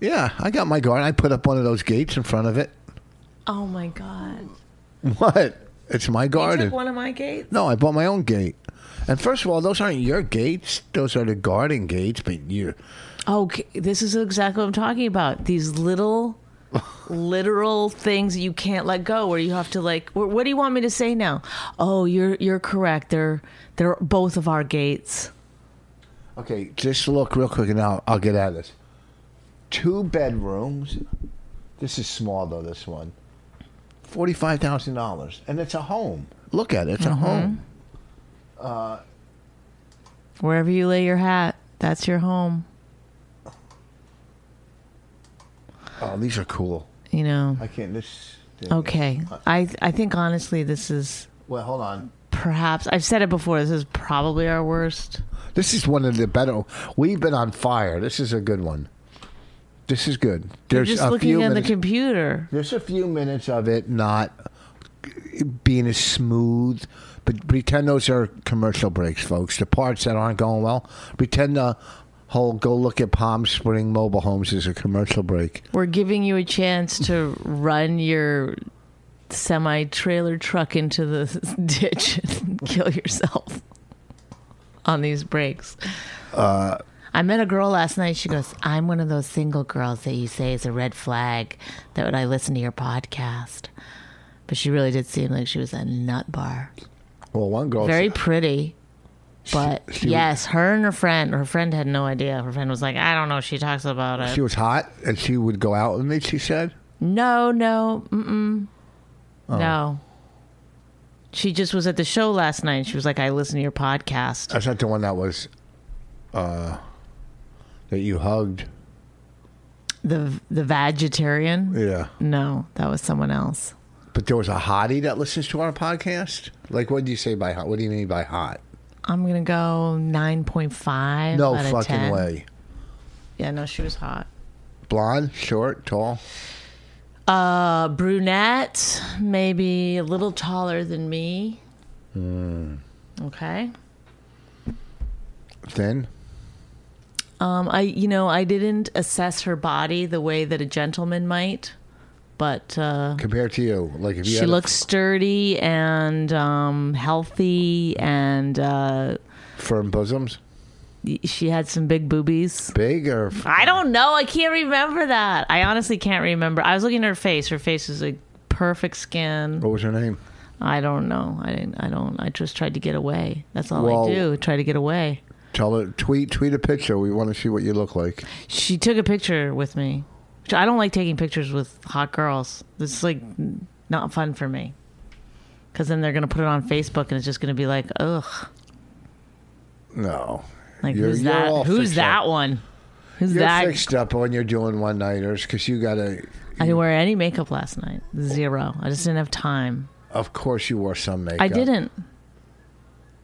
A: Yeah, I got my garden. I put up one of those gates in front of it.
B: Oh my god!
A: What? It's my
B: You
A: garden.
B: took one of my gates.
A: No, I bought my own gate. And first of all, those aren't your gates. Those are the garden gates. But you,
B: Okay, this is exactly what I'm talking about. These little, literal things that you can't let go, where you have to like. wh- What do you want me to say now? Oh, you're you're correct. They're they're both of our gates.
A: okay, just look real quick, and I'll I'll get at this. Two bedrooms. This is small though. This one. Forty-five thousand dollars, and it's a home. Look at it. It's a
B: Mm-hmm.
A: home.
B: Wherever you lay your hat, that's your home.
A: Oh, these are cool.
B: You know.
A: I can't. This. thing-
B: Okay. I I think honestly, this is
A: Well, hold on.
B: perhaps I've said it before. This is probably our worst.
A: This is one of the better. We've been on fire. This is a good one. This is good.
B: You're
A: There's
B: just
A: a
B: looking
A: few
B: at
A: minutes-
B: the computer.
A: There's a few minutes of it not being as smooth, but pretend those are commercial breaks, folks. The parts that aren't going well, pretend the whole go look at Palm Spring mobile homes is a commercial break.
B: We're giving you a chance to run your semi trailer truck into the ditch and kill yourself on these breaks.
A: Uh,
B: I met a girl last night. She goes, I'm one of those single girls that you say is a red flag that when I listen to your podcast. But she really did seem like she was a nut bar.
A: Well, one girl,
B: Very pretty. But
A: she was-
B: yes, her and her friend, her friend had no idea. Her friend was like, I don't know. She talks about it.
A: She was hot, and she would go out with me. She said,
B: No, no, mm-mm.
A: Oh.
B: No. She just was at the show last night. And she was like, I listen to your podcast.
A: "That's not the one that was, uh, that you hugged."
B: The the vegetarian?
A: Yeah,
B: No, that was someone else.
A: but there was a hottie that listens to our podcast. Like, what do you say by hot? What do you mean by hot?
B: I'm gonna go nine point five.
A: No
B: out of
A: fucking
B: 10.
A: way.
B: Yeah, no, she was hot.
A: Blonde, short, tall.
B: A Uh, brunette, maybe a little taller than me.
A: Hmm.
B: Okay.
A: thin.
B: Um, I you know I didn't assess her body the way that a gentleman might, but uh,
A: compared to you. Like if you
B: she
A: had a-
B: looks sturdy and um, healthy, and uh,
A: firm bosoms,
B: y- she had some big boobies.
A: big or f-
B: I don't know. I can't remember that. I honestly can't remember. I was looking at her face. Her face was like perfect skin.
A: what was her name?
B: I don't know. I didn't. I don't. I just tried to get away. That's all
A: Well-
B: I do. Try to get away.
A: Tell her tweet tweet a picture. We want to see what you look like.
B: She took a picture with me. Which I don't like taking pictures with hot girls. This is like not fun for me. Because then they're gonna put it on Facebook, and it's just gonna be like, ugh,
A: No,
B: like
A: You're-
B: who's
A: you're all
B: that? Who's
A: fixed
B: that
A: up.
B: one? Who's
A: you're
B: that?
A: fixed up when you're doing one nighters because you gotta.
B: I didn't wear any makeup last night. Zero. I just didn't have time.
A: Of course, you wore some makeup.
B: I didn't.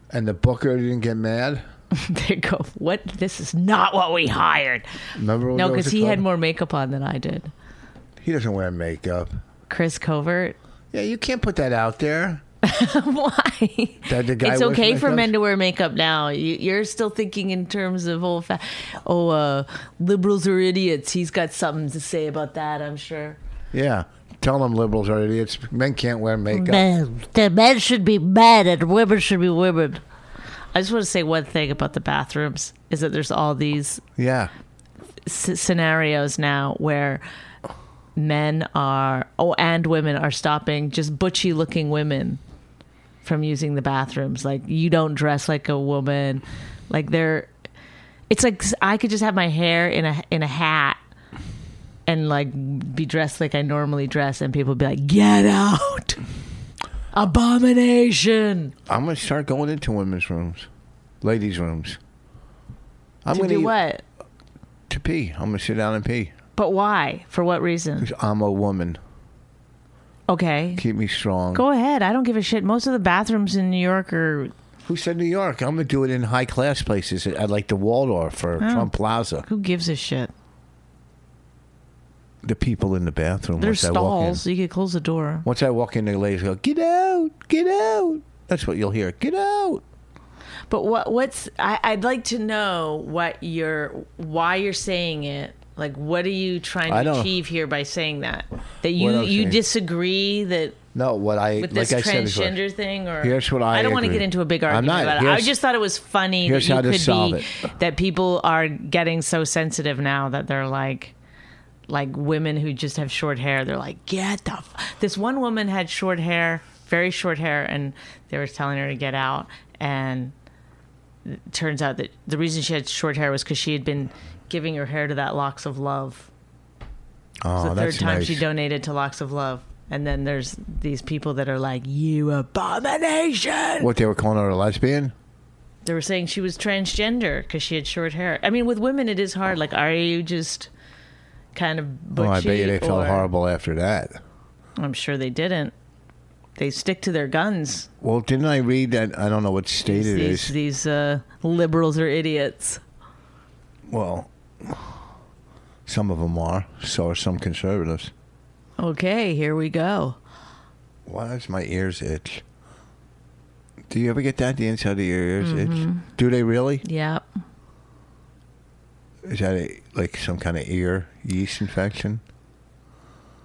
A: And the booker didn't get mad.
B: they go, what? This is not what we hired.
A: Remember? When
B: No,
A: that was
B: because
A: a
B: he had
A: club?
B: more makeup on than I did.
A: He doesn't wear makeup.
B: Chris Covert.
A: Yeah, you can't put that out there.
B: Why?
A: That the guy
B: it's
A: wears
B: okay for
A: makeup?
B: men to wear makeup now. You, you're still thinking in terms of old, fa- oh, uh, liberals are idiots. He's got something to say about that, I'm sure.
A: Yeah, tell them liberals are idiots. Men can't wear makeup.
B: Men, the men should be men and women should be women. I just want to say one thing about the bathrooms is that there's all these
A: Yeah,
B: s- scenarios now where men are oh and women are stopping just butchy looking women from using the bathrooms like you don't dress like a woman like they're it's like s- i could just have my hair in a in a hat and like be dressed like i normally dress and people would be like get out abomination
A: I'm gonna start going into women's rooms, ladies' rooms. I'm
B: to
A: gonna
B: do
A: eat-
B: what
A: to pee. I'm gonna sit down and pee.
B: but why for what reason
A: 'Cause I'm a woman.
B: okay
A: Keep me strong.
B: go ahead i don't give a shit most of the bathrooms in new york are
A: Who said New York? I'm gonna do it in high class places. I like the Waldorf
B: Oh.
A: or Trump Plaza.
B: Who gives a shit?
A: The people in the bathroom.
B: There's
A: once I walk in.
B: stalls. You could close the door.
A: Once I walk in, the ladies go, "Get out! Get out!" That's what you'll hear. Get out.
B: But what? What's? I, I'd like to know what you're, why you're saying it. Like, what are you trying
A: I
B: to
A: don't-
B: achieve here by saying that?
A: What
B: That you
A: I'm
B: you
A: saying.
B: disagree that
A: No, what I
B: with
A: like
B: this
A: I said before.
B: transgender thing, or
A: Here's what I
B: don't want to
A: agree.
B: get into a big
A: I'm
B: argument
A: not-
B: about it. I
A: here's-
B: just thought it was funny
A: here's
B: that you
A: how to
B: could
A: solve
B: be
A: it.
B: that people are getting so sensitive now that they're like. Like women who just have short hair, they're like, get the. F-. This one woman had short hair, very short hair, and they were telling her to get out. And it turns out that the reason she had short hair was because she had been giving her hair to that Locks of Love
A: Oh,
B: the third
A: that's
B: time
A: nice.
B: she donated to Locks of Love. And then there's these people that are like, you abomination.
A: What they were calling her a lesbian?
B: They were saying she was transgender because she had short hair. I mean, with women, it is hard. Like, are you just kind of butchy?
A: oh, I bet you they felt
B: or-
A: horrible after that.
B: I'm sure they didn't. They stick to their guns.
A: Well, didn't I read that? I don't know what state it is.
B: These, these uh, liberals are idiots.
A: Well, some of them are. So are some conservatives.
B: Okay, here we go.
A: Why does my ears itch? Do you ever get that? The inside of your ears itch? Do they really?
B: Yep.
A: Is that a, like some kind of ear yeast infection?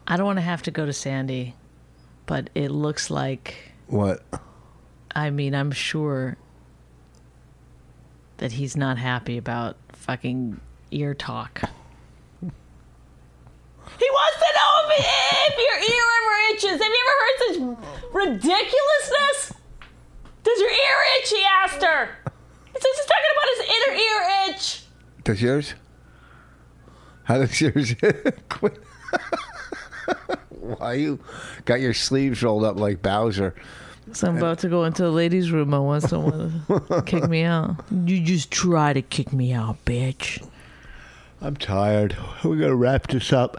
B: I don't want to have to go to Sandy, but it looks like
A: What?
B: I mean, I'm sure that he's not happy about fucking ear talk. He wants to know if, if your ear ever itches. Have you ever heard such ridiculousness? Does your ear itch? He asked her.
A: Does yours? How does yours quit? Why you got your sleeves rolled up like Bowser?
B: So I'm about to go into the ladies' room. I want someone to kick me out. You just try to kick me out, bitch.
A: I'm tired. We're gonna wrap this up.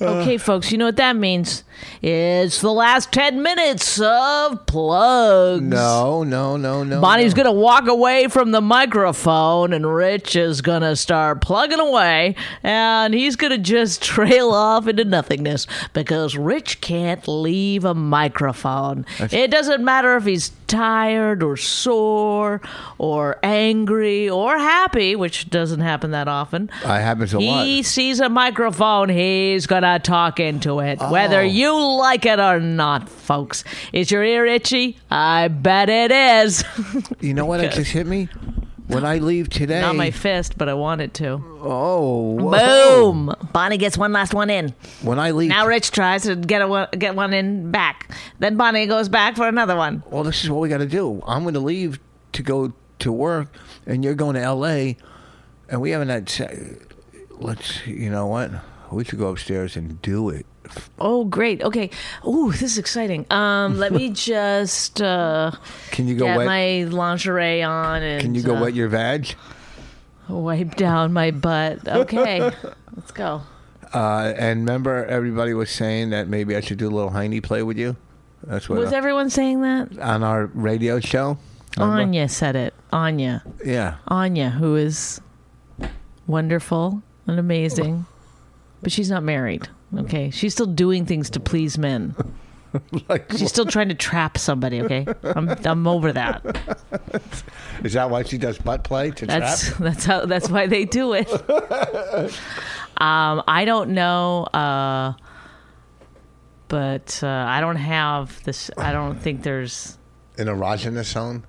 B: Okay, folks, you know what that means. It's the last 10 minutes of plugs.
A: No, no, no, no.
B: Bonnie's
A: no.
B: going to walk away from the microphone, and Rich is going to start plugging away, and he's going to just trail off into nothingness because Rich can't leave a microphone. it doesn't matter if he's tired or sore or angry or happy, which doesn't happen that often.
A: I happens a lot.
B: He sees a microphone, he's going to talk into it, whether you like it or not, folks. Is your ear itchy? I bet it is.
A: You know what? It just hit me. When I leave today,
B: not my fist, but I wanted to.
A: oh, whoa.
B: Boom! Hmm. Bonnie gets one last one in.
A: When I leave
B: Now Rich tries to get a one, get one in back. Then Bonnie goes back for another one.
A: well, this is what we got to do. I'm going to leave to go to work, and you're going to L.A., and we haven't had. se- Let's, you know what? We should go upstairs and do it.
B: Oh, great. Okay. Ooh, this is exciting. Um, let me just uh,
A: Can you go
B: get
A: wet?
B: my lingerie on and
A: can you go
B: uh,
A: wet your vag?
B: wipe down my butt. Okay, let's go.
A: Uh, and remember, everybody was saying that maybe I should do a little hiney play with you. That's what
B: Was everyone saying that?
A: on our radio show. Remember?
B: Anya said it. Anya.
A: Yeah.
B: Anya, who is wonderful and amazing, but she's not married. Okay, she's still doing things to please men.
A: Like,
B: She's still trying to trap somebody. Okay, I'm I'm over that.
A: is that why she does butt play to
B: That's
A: trap?
B: that's how that's why they do it. um, I don't know, uh, but uh, I don't have this. I don't think there's.
A: An erogenous zone?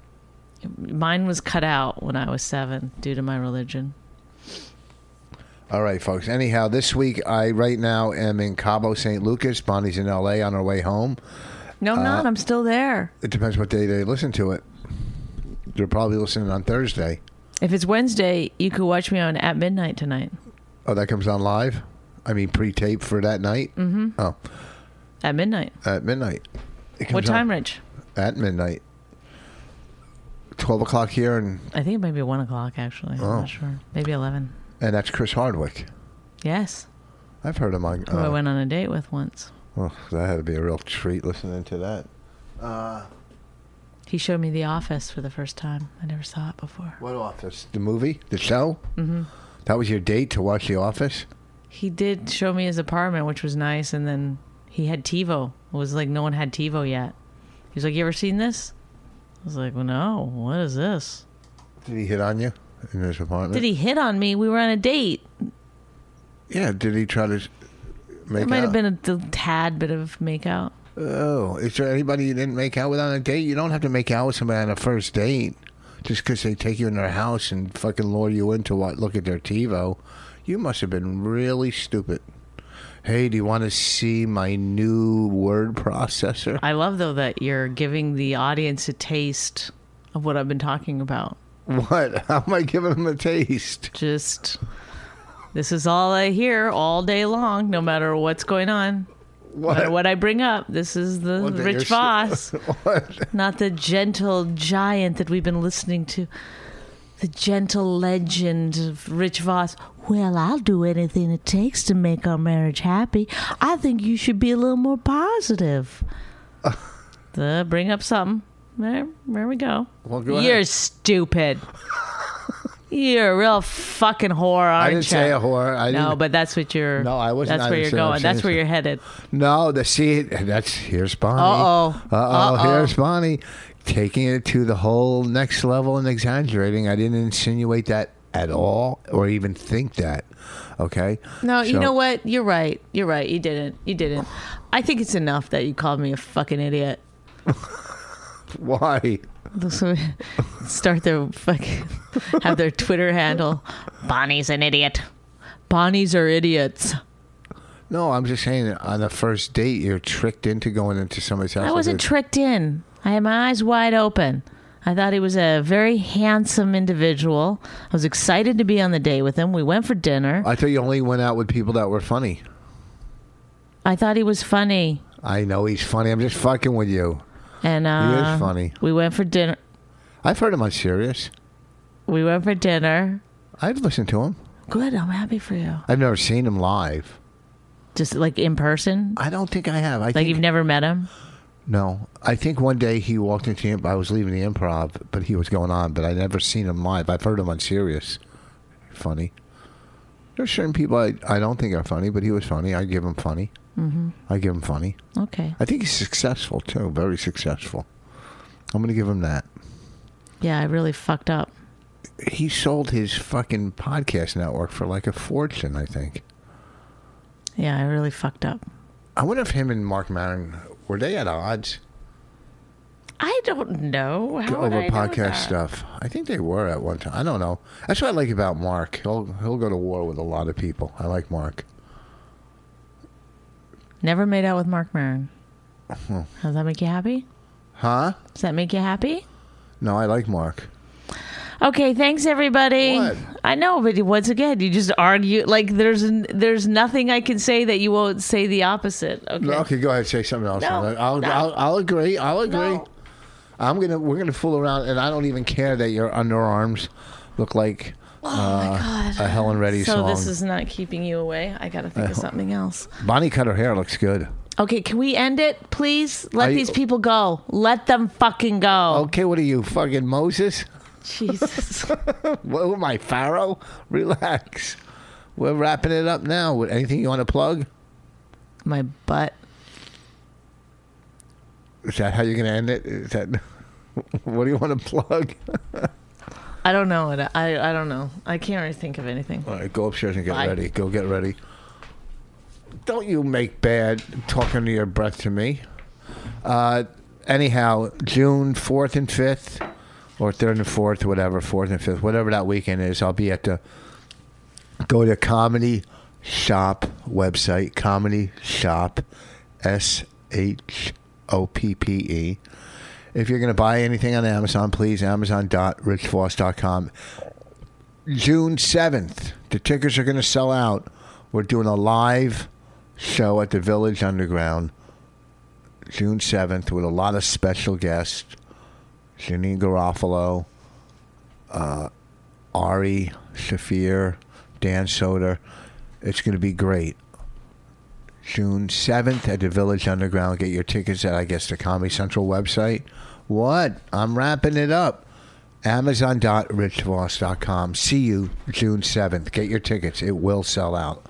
B: Mine was cut out when I was seven due to my religion.
A: All right, folks. Anyhow, this week I right now am in Cabo St. Lucas. Bonnie's in L.A. on her way home.
B: No, I'm not. I'm still there.
A: It depends what day they listen to it. They're probably listening on Thursday.
B: If it's Wednesday, you could watch me on At Midnight tonight.
A: Oh, that comes on live. I mean, pre-tape for that night. Mm-hmm. Oh,
B: At midnight.
A: at midnight. It comes
B: What time,
A: on
B: Rich?
A: At midnight. Twelve o'clock here, and
B: I think it might be one o'clock actually. I'm
A: Oh.
B: not sure. Maybe eleven.
A: and that's Chris Hardwick.
B: Yes,
A: I've heard him on.
B: who Oh, I
A: uh,
B: went on a date with once.
A: oh, that had to be a real treat listening to that.
B: He showed me The Office for the first time. I never saw it before.
A: What office? The movie, the show. Mm-hmm. That was your date to watch The Office.
B: He did show me his apartment, which was nice, and then he had TiVo. It was like no one had TiVo yet. He was like, "You ever seen this?" I was like, well, "No. What is this?"
A: Did he hit on you in his apartment?
B: Did he hit on me? We were on a date.
A: Yeah. Did he try to s- make
B: It might
A: out?
B: have been a t- tad bit of makeout.
A: Oh, is there anybody you didn't make out with on a date? You don't have to make out with somebody on a first date just because they take you in their house and fucking lure you into what? Look at their TiVo. You must have been really stupid. Hey, do you want to see my new word processor?
B: I love though that you're giving the audience a taste of what I've been talking about.
A: What? How am I giving them a taste?
B: Just this is all I hear all day long, no matter what's going on. No matter what I bring up, this is the
A: What, that
B: Rich
A: you're
B: Voss,
A: What?
B: not the gentle giant that we've been listening to. The gentle legend of Rich Voss. Well, I'll do anything it takes to make our marriage happy. I think you should be a little more positive. the bring up something. There, there we go.
A: Well, go
B: You're
A: ahead.
B: stupid. you're a real fucking whore, aren't
A: I didn't
B: you?
A: say a whore. I
B: No,
A: didn't-
B: but that's what you're.
A: No, I wasn't-
B: That's
A: I
B: where
A: didn't
B: you're
A: say I was
B: going. That's
A: saying
B: where
A: so.
B: you're headed.
A: No, the see that's here's Bonnie.
B: Uh-oh.
A: Uh oh,
B: Uh-oh.
A: here's Bonnie. Taking it to the whole next level and exaggerating. I didn't insinuate that at all or even think that. Okay?
B: No, you
A: So-
B: know what? You're right. You're right. You didn't. You didn't. I think it's enough that you called me a fucking idiot.
A: Why?
B: So Start their fucking have their Twitter handle. Bonnie's an idiot. Bonnies are idiots.
A: No, I'm just saying on the first date you're tricked into going into somebody's house.
B: I wasn't
A: Like,
B: tricked in. I had my eyes wide open. I thought he was a very handsome individual. I was excited to be on the day with him. We went for dinner.
A: I thought you only went out with people that were funny.
B: I thought he was funny.
A: I know he's funny. I'm just fucking with you.
B: And uh,
A: funny.
B: We went for dinner.
A: I've heard him on Sirius.
B: We went for dinner.
A: I've listened to him.
B: Good. I'm happy for you.
A: I've never seen him live.
B: Just like in person.
A: I don't think I have. I
B: Like
A: think
B: you've never met him.
A: No, I think one day he walked into. the imp- I was leaving the improv, but he was going on. But I never seen him live. I've heard him on Sirius. Funny. There's certain people I, I don't think are funny, but he was funny. I give him funny. Mm-hmm. I give him funny.
B: Okay.
A: I think he's successful too. Very successful. I'm gonna give him that.
B: Yeah, I really fucked up.
A: He sold his fucking podcast network for like a fortune. I think.
B: Yeah, I really fucked up.
A: I wonder if him and Mark Maron were they at odds
B: I don't know. How would
A: over
B: Oh, I know
A: podcast
B: that?
A: stuff. I think they were at one time. I don't know. That's what I like about Mark. He'll he'll go to war with a lot of people. I like Mark.
B: Never made out with Mark Maron.
A: Hmm.
B: Does that make you happy?
A: Huh?
B: Does that make you happy?
A: No, I like Mark.
B: Okay, thanks everybody.
A: What?
B: I know, but once again, you just argue like there's n- there's nothing I can say that you won't say the opposite. Okay.
A: No, okay, go ahead. Say something else.
B: No,
A: I'll,
B: no.
A: I'll I'll agree. I'll agree.
B: No.
A: I'm gonna we're gonna fool around, and I don't even care that your underarms look like uh, a Helen Reddy
B: Oh, So
A: song.
B: this is not keeping you away. I got to think of something else.
A: Bonnie cut her hair. Looks good.
B: Okay, can we end it, please? Let
A: Are you-
B: these people go. Let them fucking go.
A: Okay, what are you fucking Moses?
B: Jesus.
A: What am I Pharaoh? Relax. We're wrapping it up now. With anything you want to plug?
B: My butt.
A: Is that how you're going to end it? Is that what do you want to plug?
B: I don't know what I, I don't know. I can't really think of anything.
A: All right, go upstairs and get
B: Bye.
A: ready. Go get ready. Don't you make bad talking to your breath to me. Uh, anyhow, June 4th and 5th, or 3rd and 4th, whatever, 4th and 5th, whatever that weekend is, I'll be at the go to Comedy Shop website, Comedy Shop, S H O P P E. If you're going to buy anything on Amazon, please, amazon.richvoss.com. June 7th. The tickets are going to sell out. We're doing a live show at the Village Underground June 7th with a lot of special guests Janine Garofalo, uh, Ari Shafir, Dan Soder. It's going to be great. June 7th at the Village Underground. Get your tickets at, I guess, the Comedy Central website. What? I'm wrapping it up. Amazon.richvoss.com. See you June 7th. Get your tickets. It will sell out.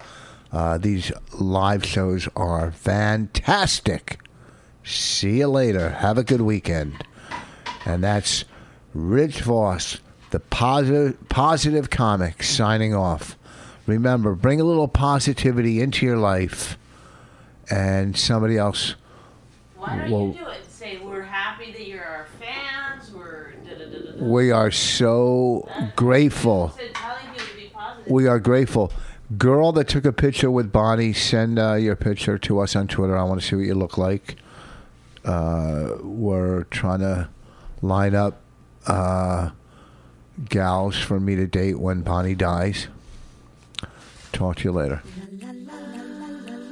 A: Uh, these live shows are fantastic. See you later. Have a good weekend. And that's Rich Voss, the positive, positive comic, signing off. Remember, bring a little positivity into your life, and somebody else.
B: Why don't
A: Well-
B: you do it? Say we're happy that you're our fans. We're da da da da.
A: We are so grateful.
B: telling you to be positive.
A: We are grateful. Girl that took a picture with Bonnie, send uh, your picture to us on Twitter. I want to see what you look like. Uh, we're trying to line up uh, gals for me to date when Bonnie dies. Talk to you later.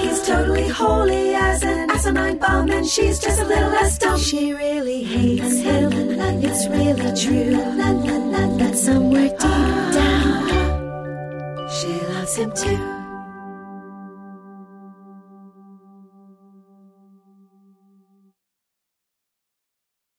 C: He's totally holy as an asinine bomb, and she's just a little less dumb. She really hates him, it's really true. But somewhere deep down, she loves him too.